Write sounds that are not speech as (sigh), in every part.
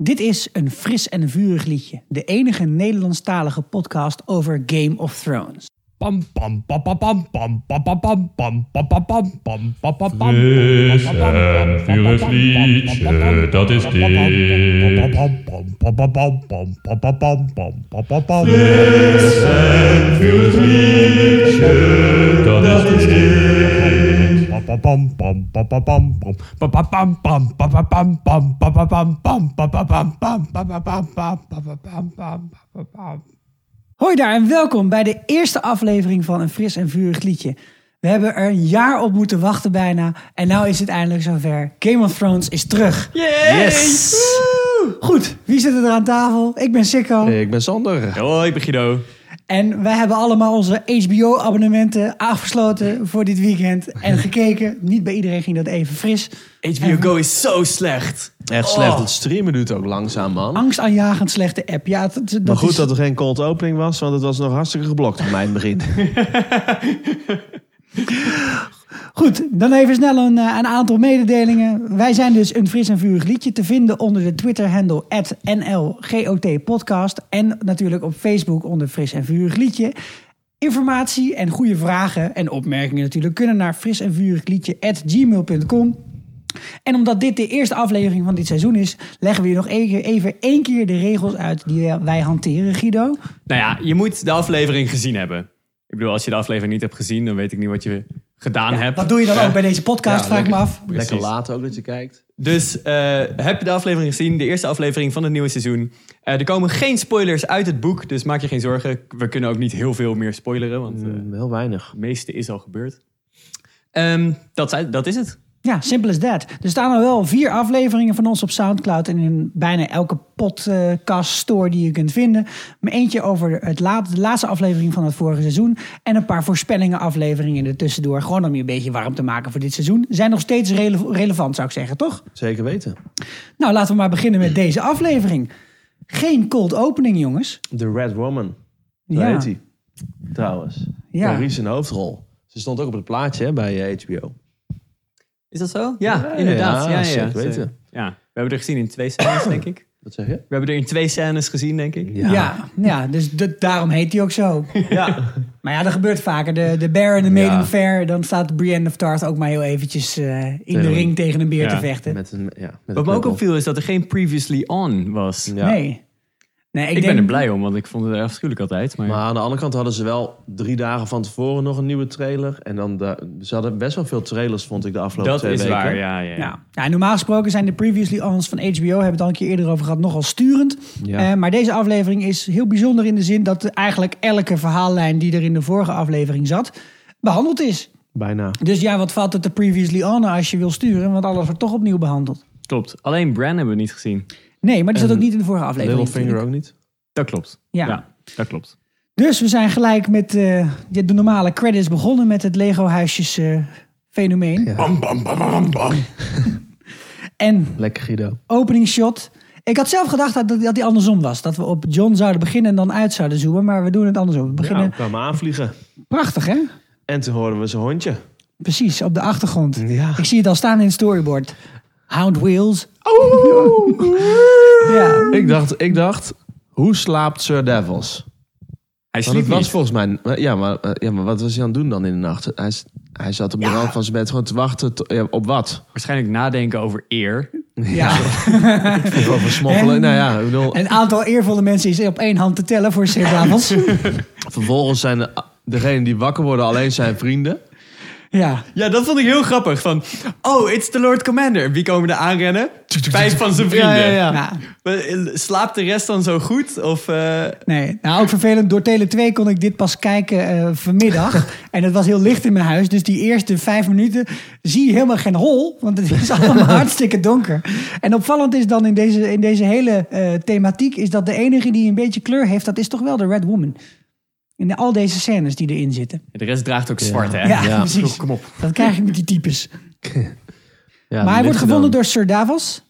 Dit is een fris en vurig liedje, de enige Nederlandstalige podcast over Game of Thrones. Pam pam pam pam pam pam pam pam pam pam pam pam pam pam pam pam pam. Fris en vurig liedje, dat is dit. Pam pam pam pam pam pam pam pam pam pam pam pam. Vurig liedje, dat is dit. Pam pam pam pam pam pam pam. Pam pam pam pam pam pam pam pam pam pam pam pam pam pam pam pam pam pam pam pam pam pam pam. Hoi daar en welkom bij de eerste aflevering van een fris en vurig liedje. We hebben er een jaar op moeten wachten bijna en nou is het eindelijk zover. Game of Thrones is terug. Yes! Goed, wie zit er aan tafel? Ik ben Sikko Ik ben Sander. Hoi, ik ben Guido. en wij hebben allemaal onze HBO-abonnementen afgesloten voor dit weekend en gekeken. Niet bij iedereen ging dat even fris. HBO Go is zo slecht. Echt Oh. slecht, het streamen duurt ook langzaam, man. Angstaanjagend slechte app. Ja, dat, dat Maar goed is- dat er geen cold opening was, want het was nog hartstikke geblokt voor mij in het (laughs) begin. Goed, dan even snel een, eh, een aantal mededelingen. Wij zijn dus een fris en vurig liedje te vinden onder de Twitter-handle @nlgotpodcast en natuurlijk op Facebook onder fris en vurig liedje. Informatie en goede vragen en opmerkingen natuurlijk kunnen naar fris en vurig En omdat dit de eerste aflevering van dit seizoen is, leggen we je nog even, even één keer de regels uit die eh, wij hanteren, Guido. Nou ja, je moet de aflevering gezien hebben. Ik bedoel, als je de aflevering niet hebt gezien, dan weet ik niet wat je gedaan hebt. Eh, Dat doe je dan ook bij deze podcast, Ja, vraag ik me af. Lekker laat ook dat je kijkt. Dus eh, heb je de aflevering gezien, de eerste aflevering van het nieuwe seizoen. Eh, er komen geen spoilers uit het boek, dus maak je geen zorgen. We kunnen ook niet heel veel meer spoileren, want eh, Mm, Heel weinig. het meeste is al gebeurd. Ehm, dat, zei- dat is het. Ja, simple as that. Er staan al wel vier afleveringen van ons op Soundcloud en in bijna elke podcast store die je kunt vinden. Maar eentje over het laat, de laatste aflevering van het vorige seizoen en een paar voorspellingen afleveringen er tussendoor. Gewoon om je een beetje warm te maken voor dit seizoen. Zijn nog steeds rele- relevant zou ik zeggen, toch? Zeker weten. Nou, laten we maar beginnen met deze aflevering. Geen cold opening, jongens. The Red Woman, zo Ja. heet hij. Trouwens. Ja. Maurice in de hoofdrol. Ze stond ook op het plaatje hè, bij eh, HBO. Is dat zo? Ja, inderdaad. ja, Ja, ja, zeker Ze- weten. Ja, we hebben er gezien in twee scènes, denk ik. Wat zeg je? We hebben er in twee scènes gezien, denk ik. Ja, ja, dus dat- daarom heet hij ook zo. ja. Maar ja, dat gebeurt vaker. De, de bear en de maiden Ja. fair. Dan staat Brienne of Tarth ook maar heel eventjes eh, in de een- ring tegen een beer Ja, te vechten. Met een, ja, met een Wat me ook knuppel. opviel is dat er geen previously on was. Ja. Nee. nee ik Ik, denk, ben er blij om, want ik vond het afschuwelijk altijd. Maar, Maar aan de andere kant hadden ze wel drie dagen van tevoren nog een nieuwe trailer. En dan de, ze hadden best wel veel trailers, vond ik, de afgelopen dat eh, twee is weken. waar, ja. ja, ja. Ja. Ja, normaal gesproken zijn de previously ons van HBO, hebben we het al een keer eerder over gehad, nogal sturend. Ja. Eh, maar deze aflevering is heel bijzonder in de zin dat eigenlijk elke verhaallijn die er in de vorige aflevering zat, behandeld is. Bijna. Dus ja, wat valt het de previously on als je wil sturen? Want alles wordt toch opnieuw behandeld. Klopt. Alleen Bran hebben we niet gezien. Nee, maar die zat En ook niet in de vorige aflevering. Littlefinger ook niet. Dat klopt. Ja. dat klopt. Dus we zijn gelijk met eh, de normale credits begonnen met het Lego-huisjes eh, fenomeen. Pam pam pam pam pam. En Lekker Guido. opening shot. Ik had zelf gedacht dat, dat die andersom was. Dat we op John zouden beginnen en dan uit zouden zoomen. Maar we doen het andersom. We beginnen Nou, kwamen aanvliegen. prachtig, hè? En toen hoorden we zijn hondje. Precies, op de achtergrond. Ja. Ik zie het al staan in het storyboard. Hound Wheels. Oh! Ja. Ik dacht, ik dacht, hoe slaapt Sir Devils? Hij Want sliep het was niet. volgens mij... maar- Ja maar, eh, ja, maar wat was hij aan het doen dan in de nacht? Hij, s- hij zat op de rand van zijn bed gewoon te wachten to- ja, op wat? Waarschijnlijk nadenken over eer. ja. Over smokkelen? En- nou ja, ik bedoel... Een aantal eervolle mensen is op één hand te tellen voor Sir (laughs) Davos. Vervolgens zijn de- degenen die wakker worden alleen zijn vrienden. Ja. Ja, dat vond ik heel grappig. Van, oh, it's the Lord Commander. Wie komen er aanrennen? Vijf van zijn vrienden. Nou, Maar, eh, Slaapt de rest dan zo goed? Of, eh, Nee, nou ook vervelend. Door Tele 2 kon ik dit pas kijken eh, vanmiddag. (laughs) en het was heel licht in mijn huis. Dus die eerste vijf minuten zie je helemaal geen hol. Want het is (laughs) (laughs) allemaal hartstikke donker. En opvallend is dan in deze, in deze hele eh, thematiek... is dat de enige die een beetje kleur heeft... dat is toch wel de Red Woman. In de- al deze scènes die erin zitten. De rest draagt ook zwart, hè? Ja, ja. precies. Kom op. Dat krijg ik met die types. Ja, maar hij die wordt liggen gevonden dan. door Sir Davos.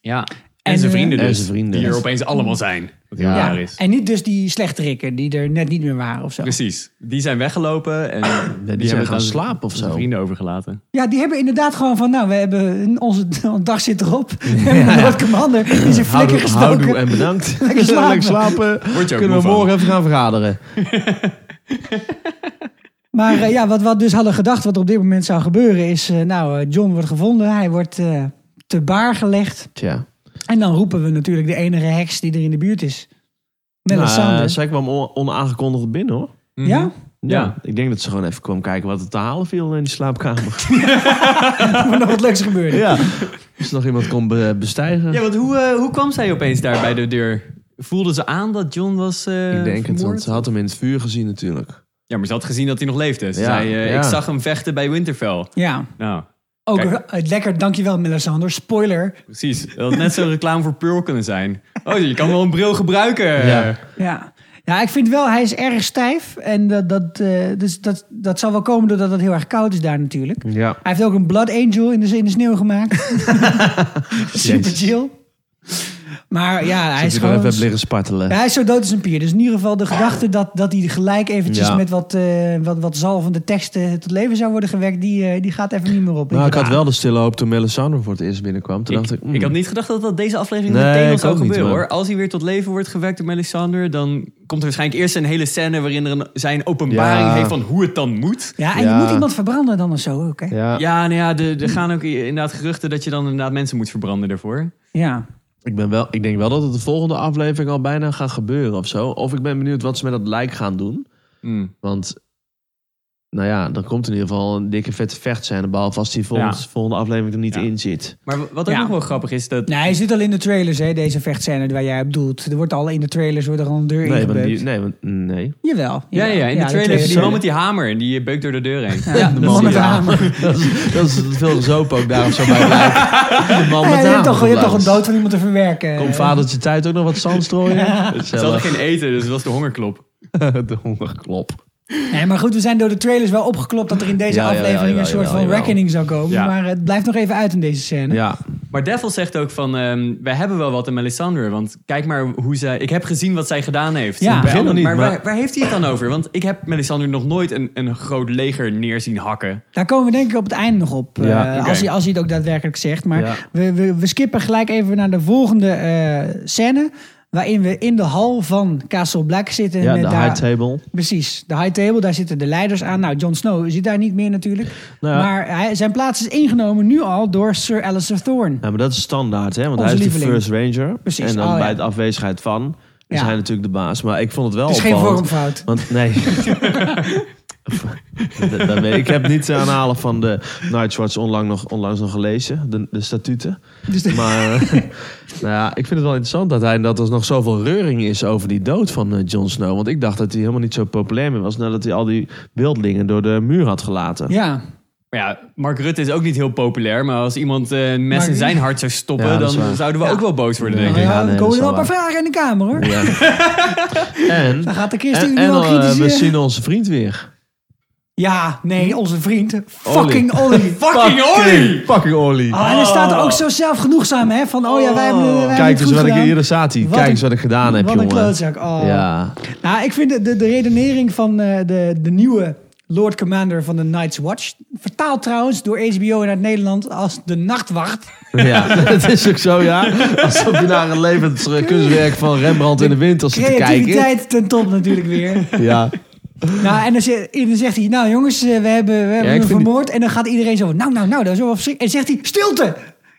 Ja. En zijn eh, vrienden en dus. zijn vrienden. Die er opeens allemaal zijn. Wat heel Ja. raar ja, is. En niet dus die slechterikken die er net niet meer waren of zo. Precies. Die zijn weggelopen en die, Ah, zijn hebben gaan gaan slapen of zo. vrienden overgelaten. Ja, die hebben inderdaad gewoon van, nou, we hebben onze (laughs) dag zit erop. (laughs) We hebben een Noord-Commander die zijn flikker Houdoe, gestoken. houdoe en bedankt. Lekker slapen. Lekker slapen. Word je Kunnen ook we moe van. morgen even gaan vergaderen. Maar eh, ja, wat we dus hadden gedacht wat er op dit moment zou gebeuren is... eh, nou, eh, John wordt gevonden, hij wordt eh, te baar gelegd. Tja. En dan roepen we natuurlijk de enige heks die er in de buurt is. Melisandre. Nou, eh, zij kwam on- onaangekondigd binnen hoor. Mhm. ja? Ja. Ja. ik denk dat ze gewoon even kwam kijken wat er te halen viel in die slaapkamer. (laughs) (laughs) Maar nog wat leuks gebeurde. mhm. ja. Is nog iemand kon be- bestijgen? Ja, want hoe, eh, hoe kwam zij opeens daar bij de deur? Voelde ze aan dat John was eh ik denk het, vermoord? want ze had hem in het vuur gezien natuurlijk. Ja, maar ze had gezien dat hij nog leefde. Ze Ja, zei, eh, ja. ik zag hem vechten bij Winterfell. Ja, Nou, ook Kijk. eh, lekker, dankjewel Melisandre. Spoiler. precies. Dat had net zo'n reclame voor Pearl kunnen zijn. Oh, je kan wel een bril gebruiken. Ja. Ja. ja, ik vind wel, hij is erg stijf. En dat, dat, eh, dus dat, dat zal wel komen doordat het heel erg koud is daar natuurlijk. Ja. Hij heeft ook een Blood Angel in de, in de sneeuw (laughs) gemaakt. (laughs) Super chill. Maar ja, hij Hij is is gewoon gewoon... even hebt liggen spartelen. Ja, hij is zo dood als een pier. Dus in ieder geval de gedachte dat, dat hij gelijk eventjes Ja. met wat, eh, wat, wat zalvende teksten tot leven zou worden gewekt, die, eh, die gaat even niet meer op. Nou, ik had wel de stille hoop toen Melisandre voor het eerst binnenkwam. Toen Ik, dacht ik, mm, ik had niet gedacht dat dat deze aflevering Nee, meteen al ik zou ook niet, gebeuren man. hoor. Als hij weer tot leven wordt gewekt door Melisandre, dan komt er waarschijnlijk eerst een hele scène waarin er een, zijn openbaring Ja. heeft van hoe het dan moet. Ja, en Ja. je moet iemand verbranden dan of zo ook, hè? Ja. ja, Ja, nou ja, er er gaan ook inderdaad geruchten dat je dan inderdaad mensen moet verbranden daarvoor. Ik, ben wel, ik denk wel dat het de volgende aflevering al bijna gaat gebeuren of zo. Of ik ben benieuwd wat ze met dat lijk gaan doen. Want, nou ja, dan komt in ieder geval een dikke vette vechtscène. Behalve als die volgende, Ja. volgende aflevering er niet Ja. in zit. Maar w- wat ook Ja. nog wel grappig is, dat Nou, hij zit al in de trailers, hè, deze vechtscène waar jij op doelt. Er wordt al in de trailers wordt er al een deur Nee, want ingebeukt. die, nee, want, nee. Jawel. Ja, ja, in de trailer is die man moment met die hamer en die beukt door de deur heen. Ja, de man met de hamer. (laughs) Dat is, dat is veel gezoop ook daar of zo bij het lijk. (laughs) De man Ja, met je, de hebt toch, hamer je hebt toch een langs. dood van iemand te verwerken. eh, Komt vadertje tijd ook nog wat zand strooien? Ze hadden Gezellig. geen eten, dus het was de hongerklop. (laughs) De hongerklop. Nee, maar goed, we zijn door de trailers wel opgeklopt dat er in deze Ja, ja, ja, aflevering jawel, een soort jawel, van jawel. reckoning zou komen. Ja. Maar het blijft nog even uit in deze scène. Ja, Maar Devil zegt ook van, ehm, wij hebben wel wat in Melisandre, want kijk maar hoe zij... Ik heb gezien wat zij gedaan heeft. Ja. Bij Begin alle- nog niet, maar maar- waar, waar heeft hij het dan over? Want ik heb Melisandre nog nooit een, een groot leger neerzien hakken. Daar komen we denk ik op het einde nog op. Ja, eh, oké. als, hij, als hij het ook daadwerkelijk zegt. Maar Ja. we, we, we skippen gelijk even naar de volgende eh, scène. Waarin we in de hal van Castle Black zitten. ja Met de daar- high table. Precies, de high table. Daar zitten de leiders aan. Nou, Jon Snow zit daar niet meer natuurlijk. Nou ja. Maar hij, zijn plaats is ingenomen nu al door Sir Alistair Thorne. Ja, maar dat is standaard, hè? Want Onze hij is lieveling. de first ranger. Precies, En dan oh, ja. bij het afwezigheid van is Ja. hij natuurlijk de baas. Maar ik vond het wel Het is geen opvallend, vormfout. Want nee... (laughs) Dat- dat weet ik. ik heb niet de aanhalen van de Nightwatch onlangs nog, onlangs nog gelezen, de, de statuten. Dus de- Maar (laughs) eh, nou ja, ik vind het wel interessant dat, hij, dat er nog zoveel reuring is over die dood van eh, Jon Snow. Want ik dacht dat hij helemaal niet zo populair meer was nadat hij al die wildlingen door de muur had gelaten. Ja, Maar ja, Mark Rutte is ook niet heel populair, maar als iemand eh, een mes Maar- in zijn hart zou stoppen, Ja, dat is dan waar. zouden we ook wel boos worden, Ja. denk nou ik. ja, nee, dan dat komen is er wel een wel paar vragen in de kamer hoor. Ja. (laughs) en Dan gaat de Kirsten en, nu en al al, eh, we kritiseren. zien onze vriend weer. Ja, Hm? nee, onze vriend. Fucking (laughs) Ollie. Fucking Ollie! Fucking Ollie. Oh, en er staat er ook zo zelfgenoegzaam, hè? Van, oh ja, wij hebben, wij hebben het Ah. Kijk eens goed wat ik gedaan. hier staat hij. Wat Kijk een- eens wat ik gedaan heb, Wat een jongen. klootzak. Oh. Ja. (laughs) Nou, ik vind de, de, de redenering van eh, de, de nieuwe Lord Commander van de Night's Watch... vertaald trouwens door HBO in het Nederland als de Nachtwacht. ja, dat is ook zo, ja. Alsof je naar een levend eh, kunstwerk van Rembrandt in de winter zit te kijken. Creativiteit ten top natuurlijk (laughs) weer. Ja. nou, en dan, ze- en dan zegt hij, nou jongens, eh, we hebben, we hebben ik hem vind die- vermoord. En dan gaat iedereen zo, nou, nou, nou, dat is wel verschrikkelijk. En zegt hij, stilte!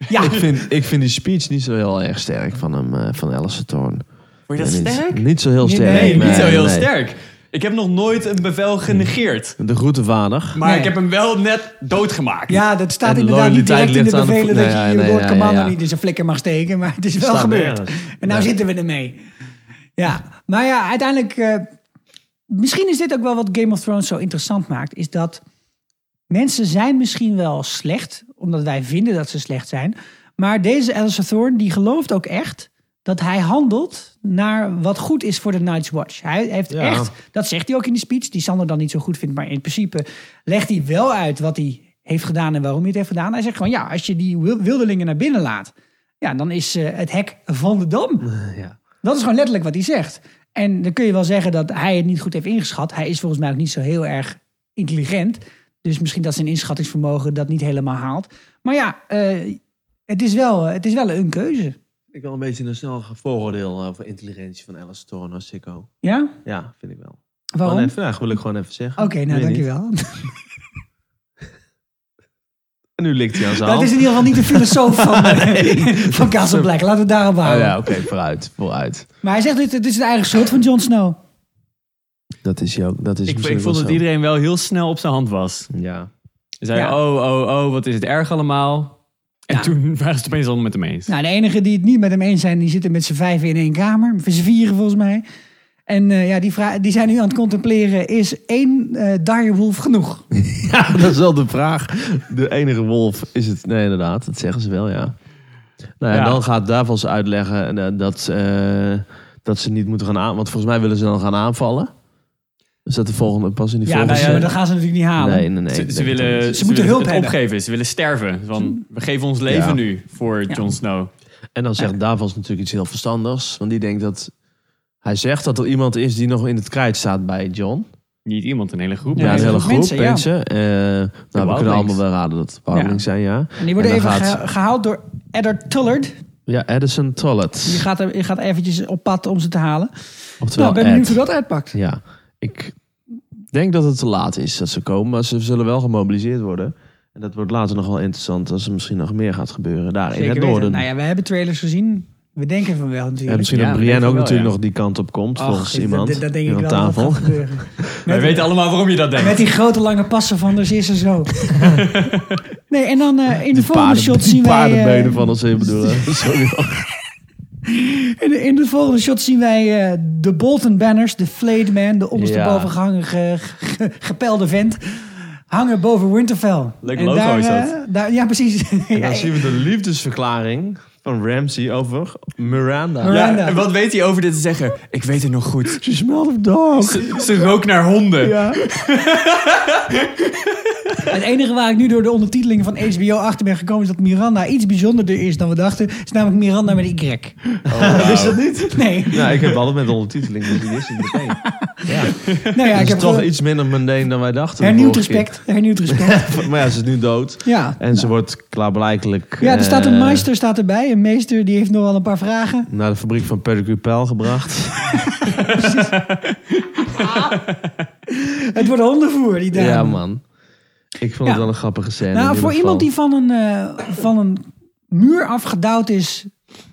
Ja, (laughs) Ik vind, ik vind die speech niet zo heel erg sterk van hem, eh, van Alistair Thorne. Vond je dat Niet- sterk? Niet, zo heel Nee, sterk. Nee, niet nee, zo heel nee. sterk. Ik heb nog nooit een bevel genegeerd. De groetevader. Maar Nee. ik heb hem wel net doodgemaakt. ja dat staat En de inderdaad niet loyaliteit direct in de ligt aan de bevelen... vo- dat je Nee, je nee, Lord nee, Commander ja. niet in zijn flikker mag steken. Maar het is wel Staat gebeurd. nergens. En nou Ja. zitten we ermee. Ja, maar ja, uiteindelijk... eh, misschien is dit ook wel wat Game of Thrones zo interessant maakt. Is dat mensen zijn misschien wel slecht. Omdat wij vinden dat ze slecht zijn. Maar deze Alistair Thorne, die gelooft ook echt... dat hij handelt naar wat goed is voor de Night's Watch. Hij heeft Ja. echt... Dat zegt hij ook in die speech. Die Sander dan niet zo goed vindt. Maar in principe legt hij wel uit wat hij heeft gedaan... en waarom hij het heeft gedaan. Hij zegt gewoon, ja, als je die wil- wilderlingen naar binnen laat... Ja, dan is eh, het hek van de dam. Ja. Dat is gewoon letterlijk wat hij zegt. En dan kun je wel zeggen dat hij het niet goed heeft ingeschat. Hij is volgens mij ook niet zo heel erg intelligent. Dus misschien dat zijn inschattingsvermogen dat niet helemaal haalt. Maar ja, eh, het, is wel, het is wel een keuze. Ik wil een beetje een snel vooroordeel over intelligentie van Alice Thorne als sicko. Ja? Ja, vind ik wel. Waarom? Gewoon Oké, even, ja, wil ik gewoon even zeggen. nou Weet dankjewel. niet. En nu likt hij aan zijn (laughs) Dat is in hand. ieder geval niet de filosoof van, (laughs) eh, van Casablanca. Laten we het daarop Oh houden. ja, oké, vooruit, vooruit. Maar hij zegt, dit- het is de eigen soort van Jon Snow. Dat is jou, dat is Ik, misschien ik vond wel dat zo. iedereen wel heel snel op zijn hand was. Ja. Ze zeiden, Ja. oh, oh, oh, wat is het erg allemaal. En Ja. toen (laughs) waren ze het opeens allemaal met hem eens. Nou, de enigen die het niet met hem eens zijn, die zitten met z'n vijven in één kamer. Of z'n vieren volgens mij. En eh, ja, die, vra- die zijn nu aan het contempleren, is één eh, direwolf genoeg? ja, (laughs) dat is wel de vraag. De enige wolf is het. Nee, inderdaad, dat zeggen ze wel, ja. Nou ja, Ja. dan gaat daarvan ze uitleggen en, eh, dat, eh, dat ze niet moeten gaan aan. Want volgens mij willen ze dan gaan aanvallen. Is dat de volgende pas in die Ja, volgende? nou ja, maar scène? dat gaan ze natuurlijk niet halen. nee, nee, nee. ze, ik ze denk het willen, niet. ze, moeten willen hulp het hebben. opgeven. Ze willen sterven. Van, we geven ons leven Ja. nu voor Ja. Jon Snow. En dan zegt Davos natuurlijk iets heel verstandigs. Want die denkt dat... Hij zegt dat er iemand is die nog in het krijt staat bij John. Niet iemand, een hele groep. Ja, Ja, een een hele groep mensen, groep mensen. ja. Eh, nou, we Wildlings. kunnen allemaal wel raden dat het Wildlings zijn, ja. En die worden En dan even gaat- geha- gehaald door Eddard Tullard. Ja, Edison Tollett. Die gaat, er, die gaat eventjes op pad om ze te halen. Oftewel Nou, ik ben benieuwd Ed. hoe dat uitpakt. Ja, ik denk dat het te laat is dat ze komen. Maar ze zullen wel gemobiliseerd worden. En dat wordt later nog wel interessant als er misschien nog meer gaat gebeuren. Daar in het weten. noorden. Nou ja, we hebben trailers gezien. We denken van wel En natuurlijk. misschien Ja, dat ik Brienne denk ook wel, natuurlijk ja. nog die kant op komt. Ach, volgens dat- iemand. dat- Dat denk hier ik wel aan dat tafel. gaat (laughs) gebeuren. Wij weten allemaal waarom je dat denkt. Met die grote lange passen van dus is er zo. (laughs) Nee, en dan eh, in de, volgende shot zien wij... eh, paardenbenen van ons heen bedoelen. (laughs) Sorry. eh, in, de, in de volgende shot zien wij eh, de Bolton Banners, de Flayed Man, de ondersteboven Ja. gehangen, ge- ge- gepelde vent, hangen boven Winterfell. Leuk En logo daar, is eh, daar- ja, (laughs) precies. En dan zien we de liefdesverklaring van Ramsey over Miranda. Ja. Ja, en wat weet hij over dit te zeggen? Ik weet het nog goed. She smelled of dog. Ze, ze rook naar honden. Het enige waar ik nu door de ondertitelingen van HBO achter ben gekomen is dat Miranda iets bijzonderder is dan we dachten. Het is namelijk Miranda met een Y. Oh, (laughs) Is dat niet? Nee, Nou, ik heb altijd met ondertiteling, dus die wist ik meteen. Ja. nou ja, ik Het heb is toch gewoon iets minder mundane dan wij dachten. de hernieuwd vorige respect. Hernieuwd (laughs) respect. keer. Maar ja, ze is nu dood. Ja. En ze wordt klaarblijkelijk Ja, er staat een eh, meester staat erbij. Een meester die heeft nog wel een paar vragen. naar de fabriek van Patrick Pell (laughs) gebracht. Het wordt hondenvoer die Ja, daar. man. Ik vond het Ja. wel een grappige scène. in Nou, ieder voor geval. iemand die van een, eh, van een muur afgedouwd is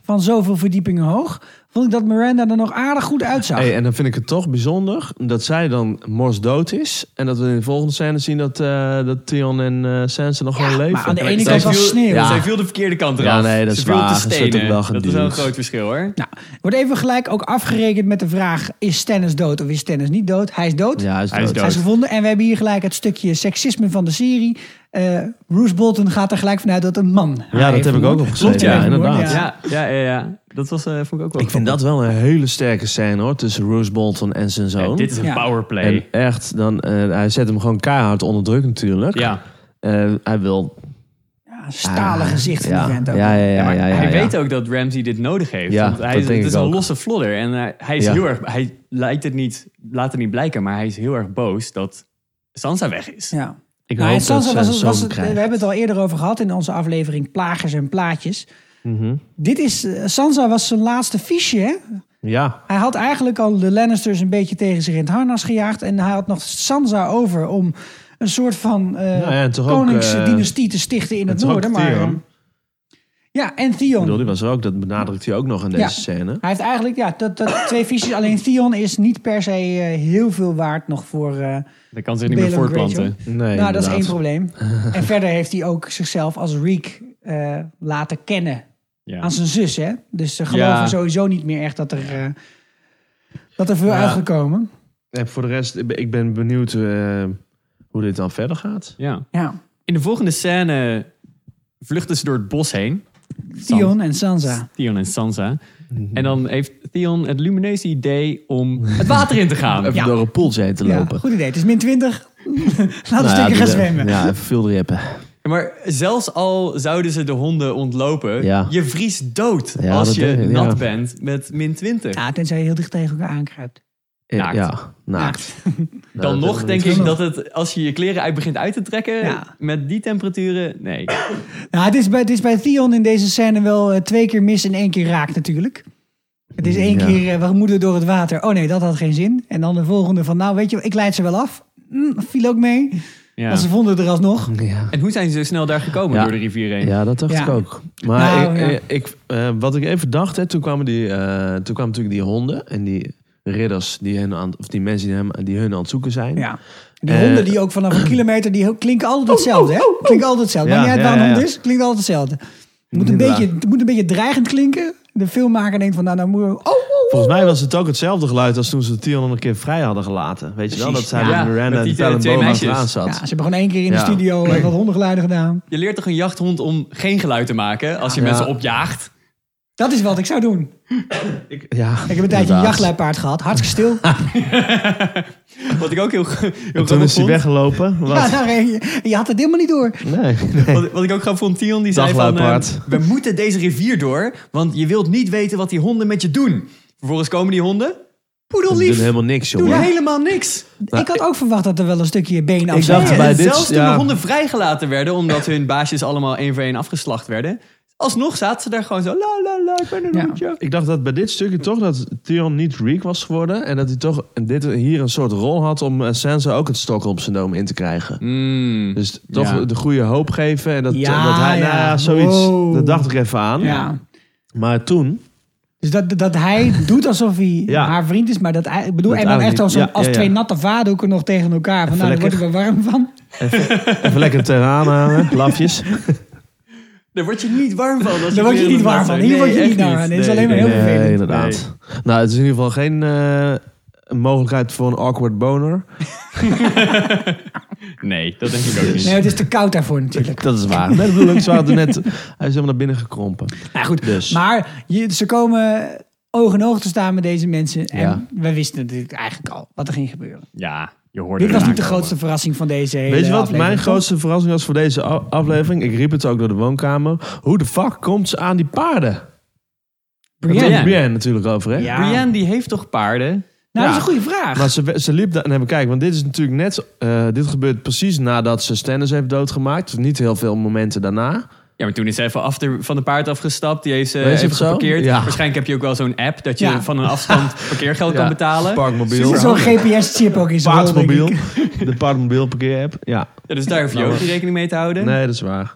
van zoveel verdiepingen hoog, vond ik dat Miranda er nog aardig goed uitzag. Hey, en dan vind ik het toch bijzonder dat zij dan Mors dood is. En dat we in de volgende scène zien dat, eh dat Theon en eh Sansa nog gewoon leven. maar aan de Maar ene zij kant was viel- sneeuw. Zij viel de verkeerde kant Ja, eraf. nee, dat Ze is viel op de waar. Ze werd ook stenen. wel dat is wel een geduwd. groot verschil hoor. Nou, wordt even gelijk ook afgerekend met de vraag: is Stennis dood of is Stennis niet dood? Hij is dood. Ja, hij is dood. Hij is dood. Hij is gevonden. En we hebben hier gelijk het stukje seksisme van de serie. Eh Bruce Bolton gaat er gelijk vanuit dat een man. haar Ja, dat heeft heb ik ook vermoord. nog gezien. ja, Ja, even inderdaad. hoor, Ja, ja, ja, ja. Dat was, eh, vond ik ook wel Ik vind dat wel een hele sterke scène hoor, tussen Roose Bolton en zijn zoon. Ja, dit is een Ja. powerplay. En echt, dan, eh, hij zet hem gewoon keihard onder druk natuurlijk. ja. Eh, hij wil... Ja, stalen gezicht van Ah, ja. die vent ook. Ja, ja, ja. Ja, maar ja, ja, hij ja. weet ook dat Ramsey dit nodig heeft. Ja, want hij dat is, denk het is ik een ook. losse flodder. En hij, hij is Ja. heel erg. Hij lijkt het niet, laat het niet blijken, maar hij is heel erg boos dat Sansa weg is. Ja. Ik Nou, hoop en Sansa dat was- zijn was zoon het- we krijgt. hebben het al eerder over gehad in onze aflevering Plagers en Plaatjes. Mhm. Dit is, eh, Sansa was zijn laatste fiche. Hè? Ja, Hij had eigenlijk al de Lannisters een beetje tegen zich in het harnas gejaagd. En hij had nog Sansa over om een soort van eh Nou ja, en toch ook, koningsdynastie te stichten in het, toch ook noorden. Maar, Theon. eh, ja, en ik Theon. bedoel, die was er ook. Dat benadrukt hij ook nog in deze Ja. scène. Hij heeft eigenlijk ja, dat, dat twee fiches. Alleen Theon is niet per se eh, heel veel waard nog voor... eh, Dan kan ze niet meer Balon voortplanten. Nee, nou, dat is inderdaad. één probleem. (laughs) en verder heeft hij ook zichzelf als Reek eh, laten kennen Ja. aan zijn zus. Hè? Dus ze geloven Ja. sowieso niet meer echt dat er, eh, dat er veel Ja. uitgekomen. En voor de rest, ik ben- ik ben benieuwd eh, hoe dit dan verder gaat. Ja. Ja. In de volgende scène vluchten ze door het bos heen. Theon en Sansa. Theon en Sansa. Mhm. En dan heeft Theon het lumineuze idee om het water in te gaan. Even Ja. door een poeltje heen te Ja, (laughs) lopen. goed idee. Het is min 20. Laten we een Nou ja, stukje gaan doe dat. zwemmen. Ja, even veel riepen. Ja, (laughs) Maar zelfs al zouden ze de honden ontlopen, Ja. je vriest dood Ja, als dat je denk ik, nat ja. bent met min 20. Ja, tenzij je heel dicht tegen elkaar aankruipt. Naakt. Ja, naakt. Nou, dat Dan nog is- denk niet ik genoeg. dat het, als je je kleren uit begint uit te trekken, Ja. met die temperaturen, nee. Nou, het is, bij, het is bij Theon in deze scène wel eh, twee keer mis en één keer raak natuurlijk. Het is één Mm, Ja. keer, eh, we moeten door het water. Oh nee, dat had geen zin. En dan de volgende van, nou weet je, ik leid ze wel af. Hm, viel ook mee. Ja. Maar ze vonden het er alsnog. Ja. En hoe zijn ze zo snel daar gekomen Ja. door de rivier heen? Ja, dat dacht Ja. ik ook. Maar Nou, ik, ja. eh, ik, eh, wat ik even dacht, hè, toen, kwamen die, eh, toen kwamen natuurlijk die honden en die ridders, die hun aan, of die mensen die, hem, die hun aan het zoeken zijn. Ja. Die Eh, honden die ook vanaf een kilometer, die ho- klinken altijd hetzelfde. Hè? Klinken altijd hetzelfde. Ja, Maar niet uit ja, waar een ja, hond ja. is, klinkt altijd hetzelfde. Het moet, een Inderdaad. beetje, het moet een beetje dreigend klinken. De filmmaker denkt van, nou, nou moeten we... Oh, oh, oh. Volgens mij was het ook hetzelfde geluid als toen ze Tion een keer vrij hadden gelaten. Weet je wel, dat Precies, zij ja. met Miranda Met die en twee- Talon twee Boma meisjes. eraan zat. Ja, ze hebben gewoon één keer in Ja. de studio eh, wat hondengeluiden gedaan. Je leert toch een jachthond om geen geluid te maken als je Ja. mensen opjaagt? Dat is wat ik zou doen. Ik, ja, Ik heb een tijdje een jachtluipaard gehad. Hartstikke stil. Wat ik ook heel, heel En toen is grappig hij vond. weggelopen. Wat? Ja, nou, je, je had het helemaal niet door. (laughs) Nee. Wat, wat ik ook grappig vond, Tion die zei Dag, van... eh, luipaard. we moeten deze rivier door, want je wilt niet weten wat die honden met je doen. Vervolgens komen die honden. Ze doen Poedellief. helemaal niks, Doen jongen. helemaal niks. ik had ook verwacht dat er wel een stukje been af zou Nou, dacht zijn. bij en dit- zelfs toen ja. de honden vrijgelaten werden, omdat hun baasjes allemaal één voor één afgeslacht werden. Alsnog zaten ze daar gewoon zo, la la la, ik ben een Ja. hondje. Ik dacht dat bij dit stukje toch dat Theon niet Reek was geworden. En dat hij toch dit, hier een soort rol had om eh, Sansa ook het Stockholm-syndroom in te krijgen. Dus toch Ja. de goede hoop geven. En dat, Ja, dat hij, nou ja. ja, zoiets. Wow. Dat dacht ik even aan. Ja. Maar toen, Dus dat, dat hij (laughs) doet alsof hij Ja. haar vriend is, maar dat hij, ik bedoel, Dat en dan echt eigenlijk als, niet. Ja, als ja, ja. twee natte vaardoeken nog tegen elkaar. Van, nou, daar word ik lekker. wel warm van. even lekker terraan aan, (laughs) lafjes. Daar word je niet warm van. als Daar word je weer in niet het warm bad van. bent. Hier word je echt niet warm van. Dit is Nee, alleen maar nee. heel vervelend. inderdaad. Nou, het is in ieder geval geen eh, mogelijkheid voor een awkward boner. Nee, dat denk ik ook niet. Nee, het is te koud daarvoor natuurlijk. Dat is (laughs) waar. Net bedoel ik, ze waren er net, hij is helemaal naar binnen gekrompen. Nou goed, Dus. maar je, ze komen oog in oog te staan met deze mensen. En Ja. we wisten natuurlijk eigenlijk al wat er ging gebeuren. Ja, je hoorde Dit was eraan niet de komen. grootste verrassing van deze hele Weet je wat aflevering, mijn toch? grootste verrassing was voor deze a- aflevering? Ik riep het ook door de woonkamer. Hoe de fuck komt ze aan die paarden? Daar Brienne. heeft Brienne natuurlijk over, hè? Ja. Brienne die heeft toch paarden? Nou, dat is Ja. een goede vraag. Maar ze, ze liep daar... Nee, kijk, want dit is natuurlijk net... eh, dit gebeurt precies nadat ze Stennis heeft doodgemaakt. Dus niet heel veel momenten daarna. Ja, maar toen is ze even af de- van de paard afgestapt. Die heeft ze Weet je even het zo? geparkeerd. Ja. Waarschijnlijk heb je ook wel zo'n app dat je Ja. van een (laughs) afstand parkeergeld kan Ja, betalen. Parkmobiel. Er zit (laughs) zo'n GPS-chip ook in zijn rol, denk Paardmobiel. ik. De paardmobiel parkeerapp. Ja. Ja, dus daar hoef je ook geen rekening mee te houden. Nou, eh, Nee, dat is waar.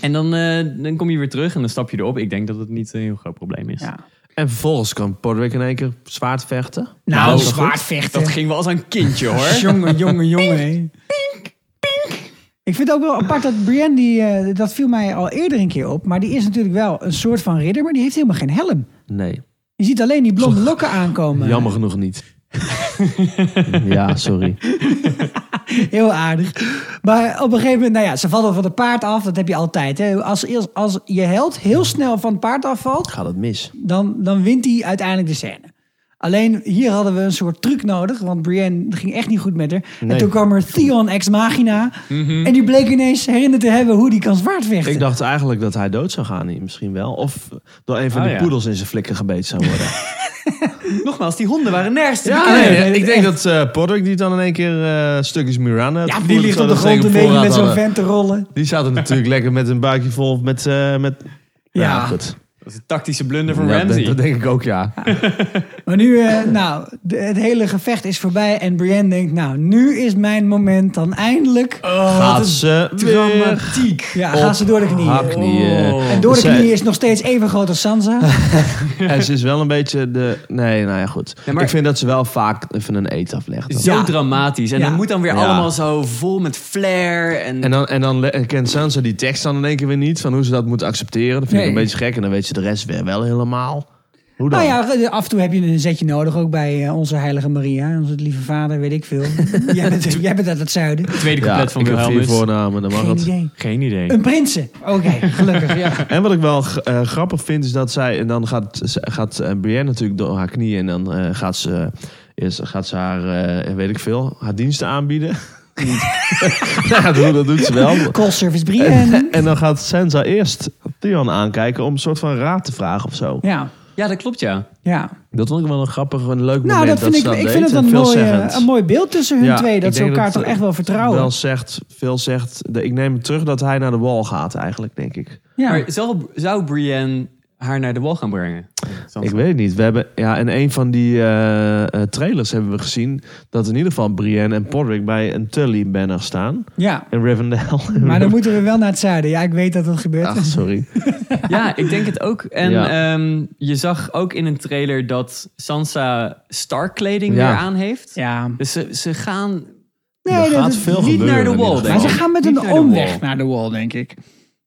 En dan, eh, dan kom je weer terug en dan stap je erop. Ik denk dat het niet een heel groot probleem is. Ja. En vervolgens kan Podrick in één keer zwaard vechten. Nou, dat is wel zwaard goed. vechten. Dat ging wel als een (laughs) kindje hoor. Jongen, jongen, jongen. hè. Oh, Ik vind het ook wel apart dat Brienne, die, eh, dat viel mij al eerder een keer op. Maar die is natuurlijk wel een soort van ridder, maar die heeft helemaal geen helm. Nee, Je ziet alleen die blonde lokken aankomen. jammer genoeg niet. (laughs) ja, sorry. Heel aardig. Maar op een gegeven moment, nou ja, ze vallen van het paard af. Dat heb je altijd. Hè. Als, als, als je held heel snel van het paard afvalt, Gaat het mis? dan, dan wint hij uiteindelijk de scène. Alleen hier hadden we een soort truc nodig, want Brienne het ging echt niet goed met haar. En Nee. Mhm. toen kwam er Theon ex machina. En die bleek ineens herinnerd te hebben hoe die kan zwaardvechten. Ik dacht eigenlijk dat hij dood zou gaan, misschien wel. Of door een van Oh, de ja. poedels in zijn flikken gebeten zou worden. (laughs) Nogmaals, die honden waren nergens te ja, bekennen. nee, Ah, nee, nee, ik denk dat eh Podrick die dan in één keer eh, stukjes Miranda... ja, die had gevoerd, ligt op de zodat ze grond een tegen beetje voorraad met zo'n hadden. vent te rollen. Die zaten natuurlijk lekker met een buikje vol met... eh, met Ja. goed. Dat is een tactische blunder van Ja, Ramsey. dat, dat denk ik ook, ja. Oh, Maar nu, eh, nou, de- het hele gevecht is voorbij. En Brienne denkt, nou, nu is mijn moment dan eindelijk. Gaat ze weer Dramatiek. Ja, gaan ze door de knieën. haar knieën. Oh. En door de Zij- knieën is nog steeds even groot als Sansa. En ze is wel een beetje de... Nee, nou ja, goed. Ja, maar- Ik vind dat ze wel vaak even een eet aflegt. Zo Ja. dramatisch. En Ja. dan moet dan weer Ja. allemaal zo vol met flair. En, En dan, en dan le- en kent Sansa die tekst dan in één keer weer niet. Van hoe ze dat moet accepteren. Dat vind ik Nee. een beetje gek. En dan weet ze de rest weer wel helemaal. Hoe dan? Nou ja, af en toe heb je een zetje nodig, ook bij eh, onze heilige Maria, onze lieve vader, weet ik veel. jij, bent, jij bent uit het zuiden. tweede Ja, couplet van ik heb vier Wilhelmus. voornamen, dan mag Geen het. idee. Geen idee. Een prinsen. Oké, gelukkig. Ja. (laughs) En wat ik wel g- eh, grappig vind is dat zij... En dan gaat, ze- gaat eh, Brienne natuurlijk door haar knieën. En dan eh, gaat, ze, is, gaat ze haar, eh, weet ik veel, haar diensten aanbieden. (laughs) Ja, dat- dat doet ze (laughs) wel. Call service (laughs) Brian. En dan gaat Sansa eerst Theon aankijken om een soort van raad te vragen of zo. Ja, Ja, dat klopt, ja. ja. Dat vond ik wel een grappig en leuk moment. Nou, dat vind ze ik, dat ik deed. vind het En een mooi, eh, veelzeggend. een mooi beeld tussen hun Ja, twee. ik Dat ze denk elkaar toch eh, echt wel vertrouwen. Wel zegt, veel zegt. de- Ik neem het terug dat hij naar de wal gaat eigenlijk, denk ik. ja. Maar zou, zou Brienne haar naar de wal gaan brengen? Ik weet het niet. We hebben, ja, in een van die eh, eh, trailers hebben we gezien... dat in ieder geval Brienne en Podrick bij een Tully-banner staan. ja, In Rivendell. maar (laughs) dan moeten we wel naar het zuiden. Ja, ik weet dat dat gebeurt. Ach, sorry. Ja, ik denk het ook. En Ja. ehm, je zag ook in een trailer dat Sansa Stark-kleding Ja. weer aan heeft. ja. Dus ze, ze gaan... Nee, er dat gaat is veel niet gebeuren. naar de in wall, ieder denk Maar geval. ze gaan met Niet een naar de wall. omweg naar de wall, denk ik.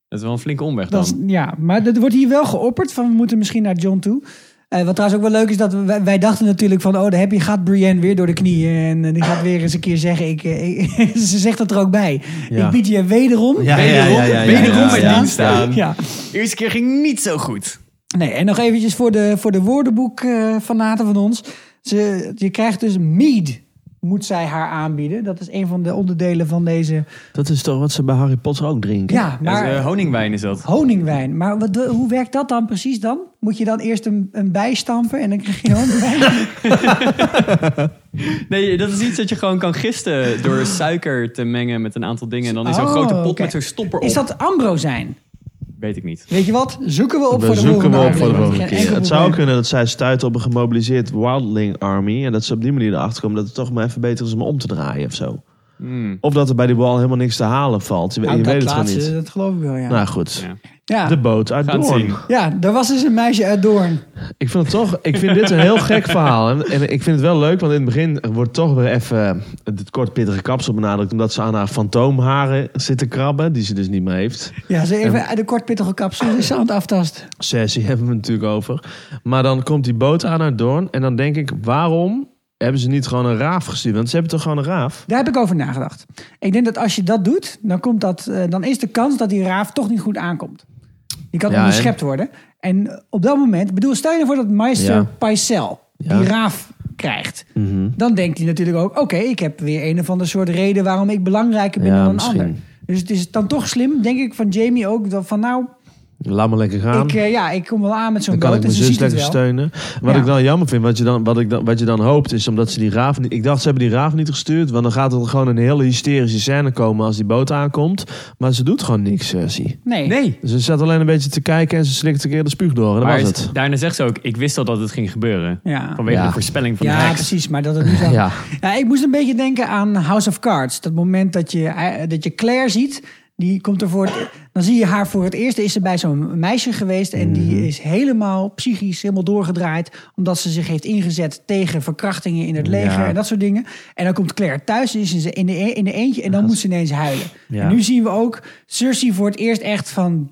Dat is wel een flinke omweg dan. Dat is, ja, maar dat wordt hier wel geopperd van we moeten misschien naar John toe. Eh, wat trouwens ook wel leuk is, dat wij, wij dachten natuurlijk van... oh, de happy gaat Brienne weer door de knieën. En eh, die gaat weer eens een keer zeggen... Ik, eh, ik- (laughs) ze zegt dat er ook bij. Ja. Ik bied je wederom... Ja, ja, Wederom- ja, ja, ja, wederom ja, met ja. dienst aan. Ja. De eerste keer ging niet zo goed. Nee, en nog eventjes voor de, voor de woordenboekfanaten van ons. Ze, je krijgt dus mead, moet zij haar aanbieden. Dat is een van de onderdelen van deze... Dat is toch wat ze bij Harry Potter ook drinken? Ja, maar... Maar, honingwijn is dat. Honingwijn. Maar wat, hoe werkt dat dan precies dan? Moet je dan eerst een, een bijstampen en dan krijg je (laughs) honingwijn? Nee, dat is iets dat je gewoon kan gisten door suiker te mengen met een aantal dingen. En dan is zo'n Oh, grote pot oké. met zo'n stopper op. Is dat ambrozijn? Weet ik niet. Weet je wat? Zoeken we op We voor de zoeken volgende we op voor de aflevering. volgende Geen keer. enkel Het zou probleem. kunnen dat zij stuit op een gemobiliseerd Wildling Army. En dat ze op die manier erachter komen dat het toch maar even beter is om om te draaien of zo. Hmm. Of dat er bij die wal helemaal niks te halen valt. Je, Nou, je dat weet het gewoon laatste, niet. Dat geloof ik wel, ja. Nou goed, Ja. ja. de boot uit Gaan Doorn. zien. ja, er was dus een meisje uit Doorn. Ik vind het toch, ik vind dit een heel gek verhaal. En, en ik vind het wel leuk, want in het begin wordt toch weer even eh, het kort pittige kapsel benadrukt. Omdat ze aan haar fantoomharen zit te krabben, die ze dus niet meer heeft. Ja, ze even uit de kortpittige kapsel is ze aan het aftasten. sessie hebben we het natuurlijk over. Maar dan komt die boot aan uit Doorn. En dan denk ik, waarom hebben ze niet gewoon een raaf gestuurd? Want ze hebben toch gewoon een raaf? Daar heb ik over nagedacht. Ik denk dat als je dat doet, dan, komt dat, eh, dan is de kans dat die raaf toch niet goed aankomt. Die kan Ja, onderschept worden. En op dat moment, bedoel, stel je ervoor dat Meister Ja. Pycelle Ja. Mhm. die raaf krijgt. Dan denkt hij natuurlijk ook, oké, ik heb weer een of ander soort reden waarom ik belangrijker ben Ja, dan een misschien. ander. Dus het is dan toch slim, denk ik, van Jamie ook, dat van nou, Laat maar lekker gaan. ik, eh, ja, ik kom wel aan met zo'n dan kan boot ik en mijn ze zus ziet het lekker wel. steunen. Wat Ja. ik dan jammer vind, wat je dan, wat, ik dan, wat je dan hoopt, is omdat ze die raaf niet... Ik dacht, ze hebben die raaf niet gestuurd. Want dan gaat er gewoon een hele hysterische scène komen als die boot aankomt. Maar ze doet gewoon niks, Cersei. Nee. Nee. Ze zat alleen een beetje te kijken en ze slikt een keer de spuug door. En dat Maar was het. daarna zegt ze ook, ik wist al dat het ging gebeuren. Ja. Vanwege Ja. de voorspelling van de Ja, heks. precies, maar dat (laughs) het nu zo... Ja. ja. ik moest een beetje denken aan House of Cards. Dat moment dat je, eh, dat je Claire ziet, die komt er voor het, e- dan zie je haar voor het eerst. Is ze bij zo'n meisje geweest en Mhm. die is helemaal psychisch helemaal doorgedraaid. Omdat ze zich heeft ingezet tegen verkrachtingen in het leger Ja. en dat soort dingen. En dan komt Claire thuis en is ze in de, e- in de eentje en dan moet ze ineens huilen. Ja. En nu zien we ook Cersei voor het eerst echt van...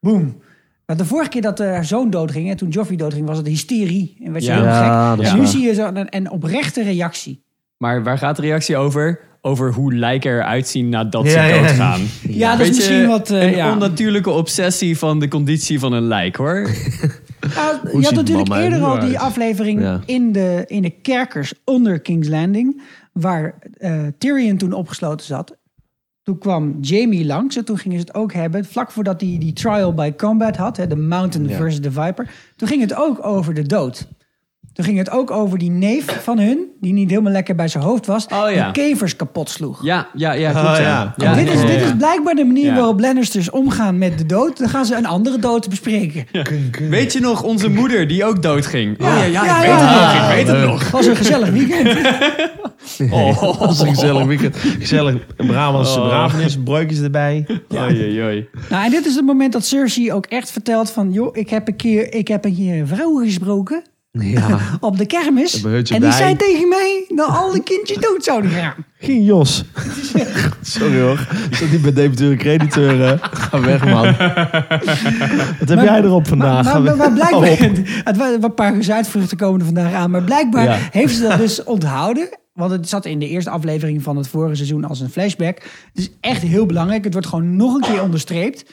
Boom. Want de vorige keer dat eh, haar zoon doodging, en toen Joffrey doodging, was het hysterie. En werd ze Ja. helemaal gek. Ja, dat is En nu waar. zie je zo'n een, een oprechte reactie. Maar waar gaat de reactie over? Over hoe lijken eruit zien nadat Ja, ze ja. doodgaan. Ja, dat is Beetje misschien wat, eh, een ja. onnatuurlijke obsessie van de conditie van een (laughs) lijk, hoor. Nou, Hoe je had ziet natuurlijk mama er eerder nu al uit? die aflevering Ja. in, de, in de kerkers onder King's Landing. Waar eh, Tyrion toen opgesloten zat. Toen kwam Jamie langs en toen gingen ze het ook hebben. Vlak voordat hij die trial by combat had. Hè, de Mountain versus de Viper. Toen ging het ook over de dood. Toen ging het ook over die neef van hun. Die niet helemaal lekker bij zijn hoofd was. Oh ja. Die kevers kapot sloeg. Ja, ja, ja, klopt, Oh, ja. ja. Ja, Ah, dit, is, ja, dit ja. is blijkbaar de manier Ja. waarop Lannisters omgaan met de dood. Dan gaan ze een andere dood bespreken. Weet je nog onze moeder die ook doodging? Oh ja, ja, Ja, ja, ik weet het ja. nog, ik weet het nog. Het was een gezellig weekend. Oh. (laughs) Dat was een gezellig weekend. Gezellig Brabantse Oh. Brabantse broodjes erbij. Oei, oei, oei. nou, en dit is het moment dat Cersei ook echt vertelt van... joh, ik heb een keer, ik heb een, keer een vrouw gesproken Ja. (laughs) op de kermis. Een En beurtje die bij. zei tegen mij dat al de kindjes dood zouden (laughs) gaan. Geen Jos. Sorry hoor. Zit niet bij debiteur crediteur. hè. Ga weg (laughs) man. Wat heb jij erop vandaag? Maar, maar, maar, maar Ga weg. blijkbaar, (laughs) het waren een paar zuidvruchten komen er vandaag aan. Maar blijkbaar Ja. heeft ze (laughs) dat dus onthouden. Want het zat in de eerste aflevering van het vorige seizoen als een flashback. Het is echt heel belangrijk. Het wordt gewoon nog een keer onderstreept.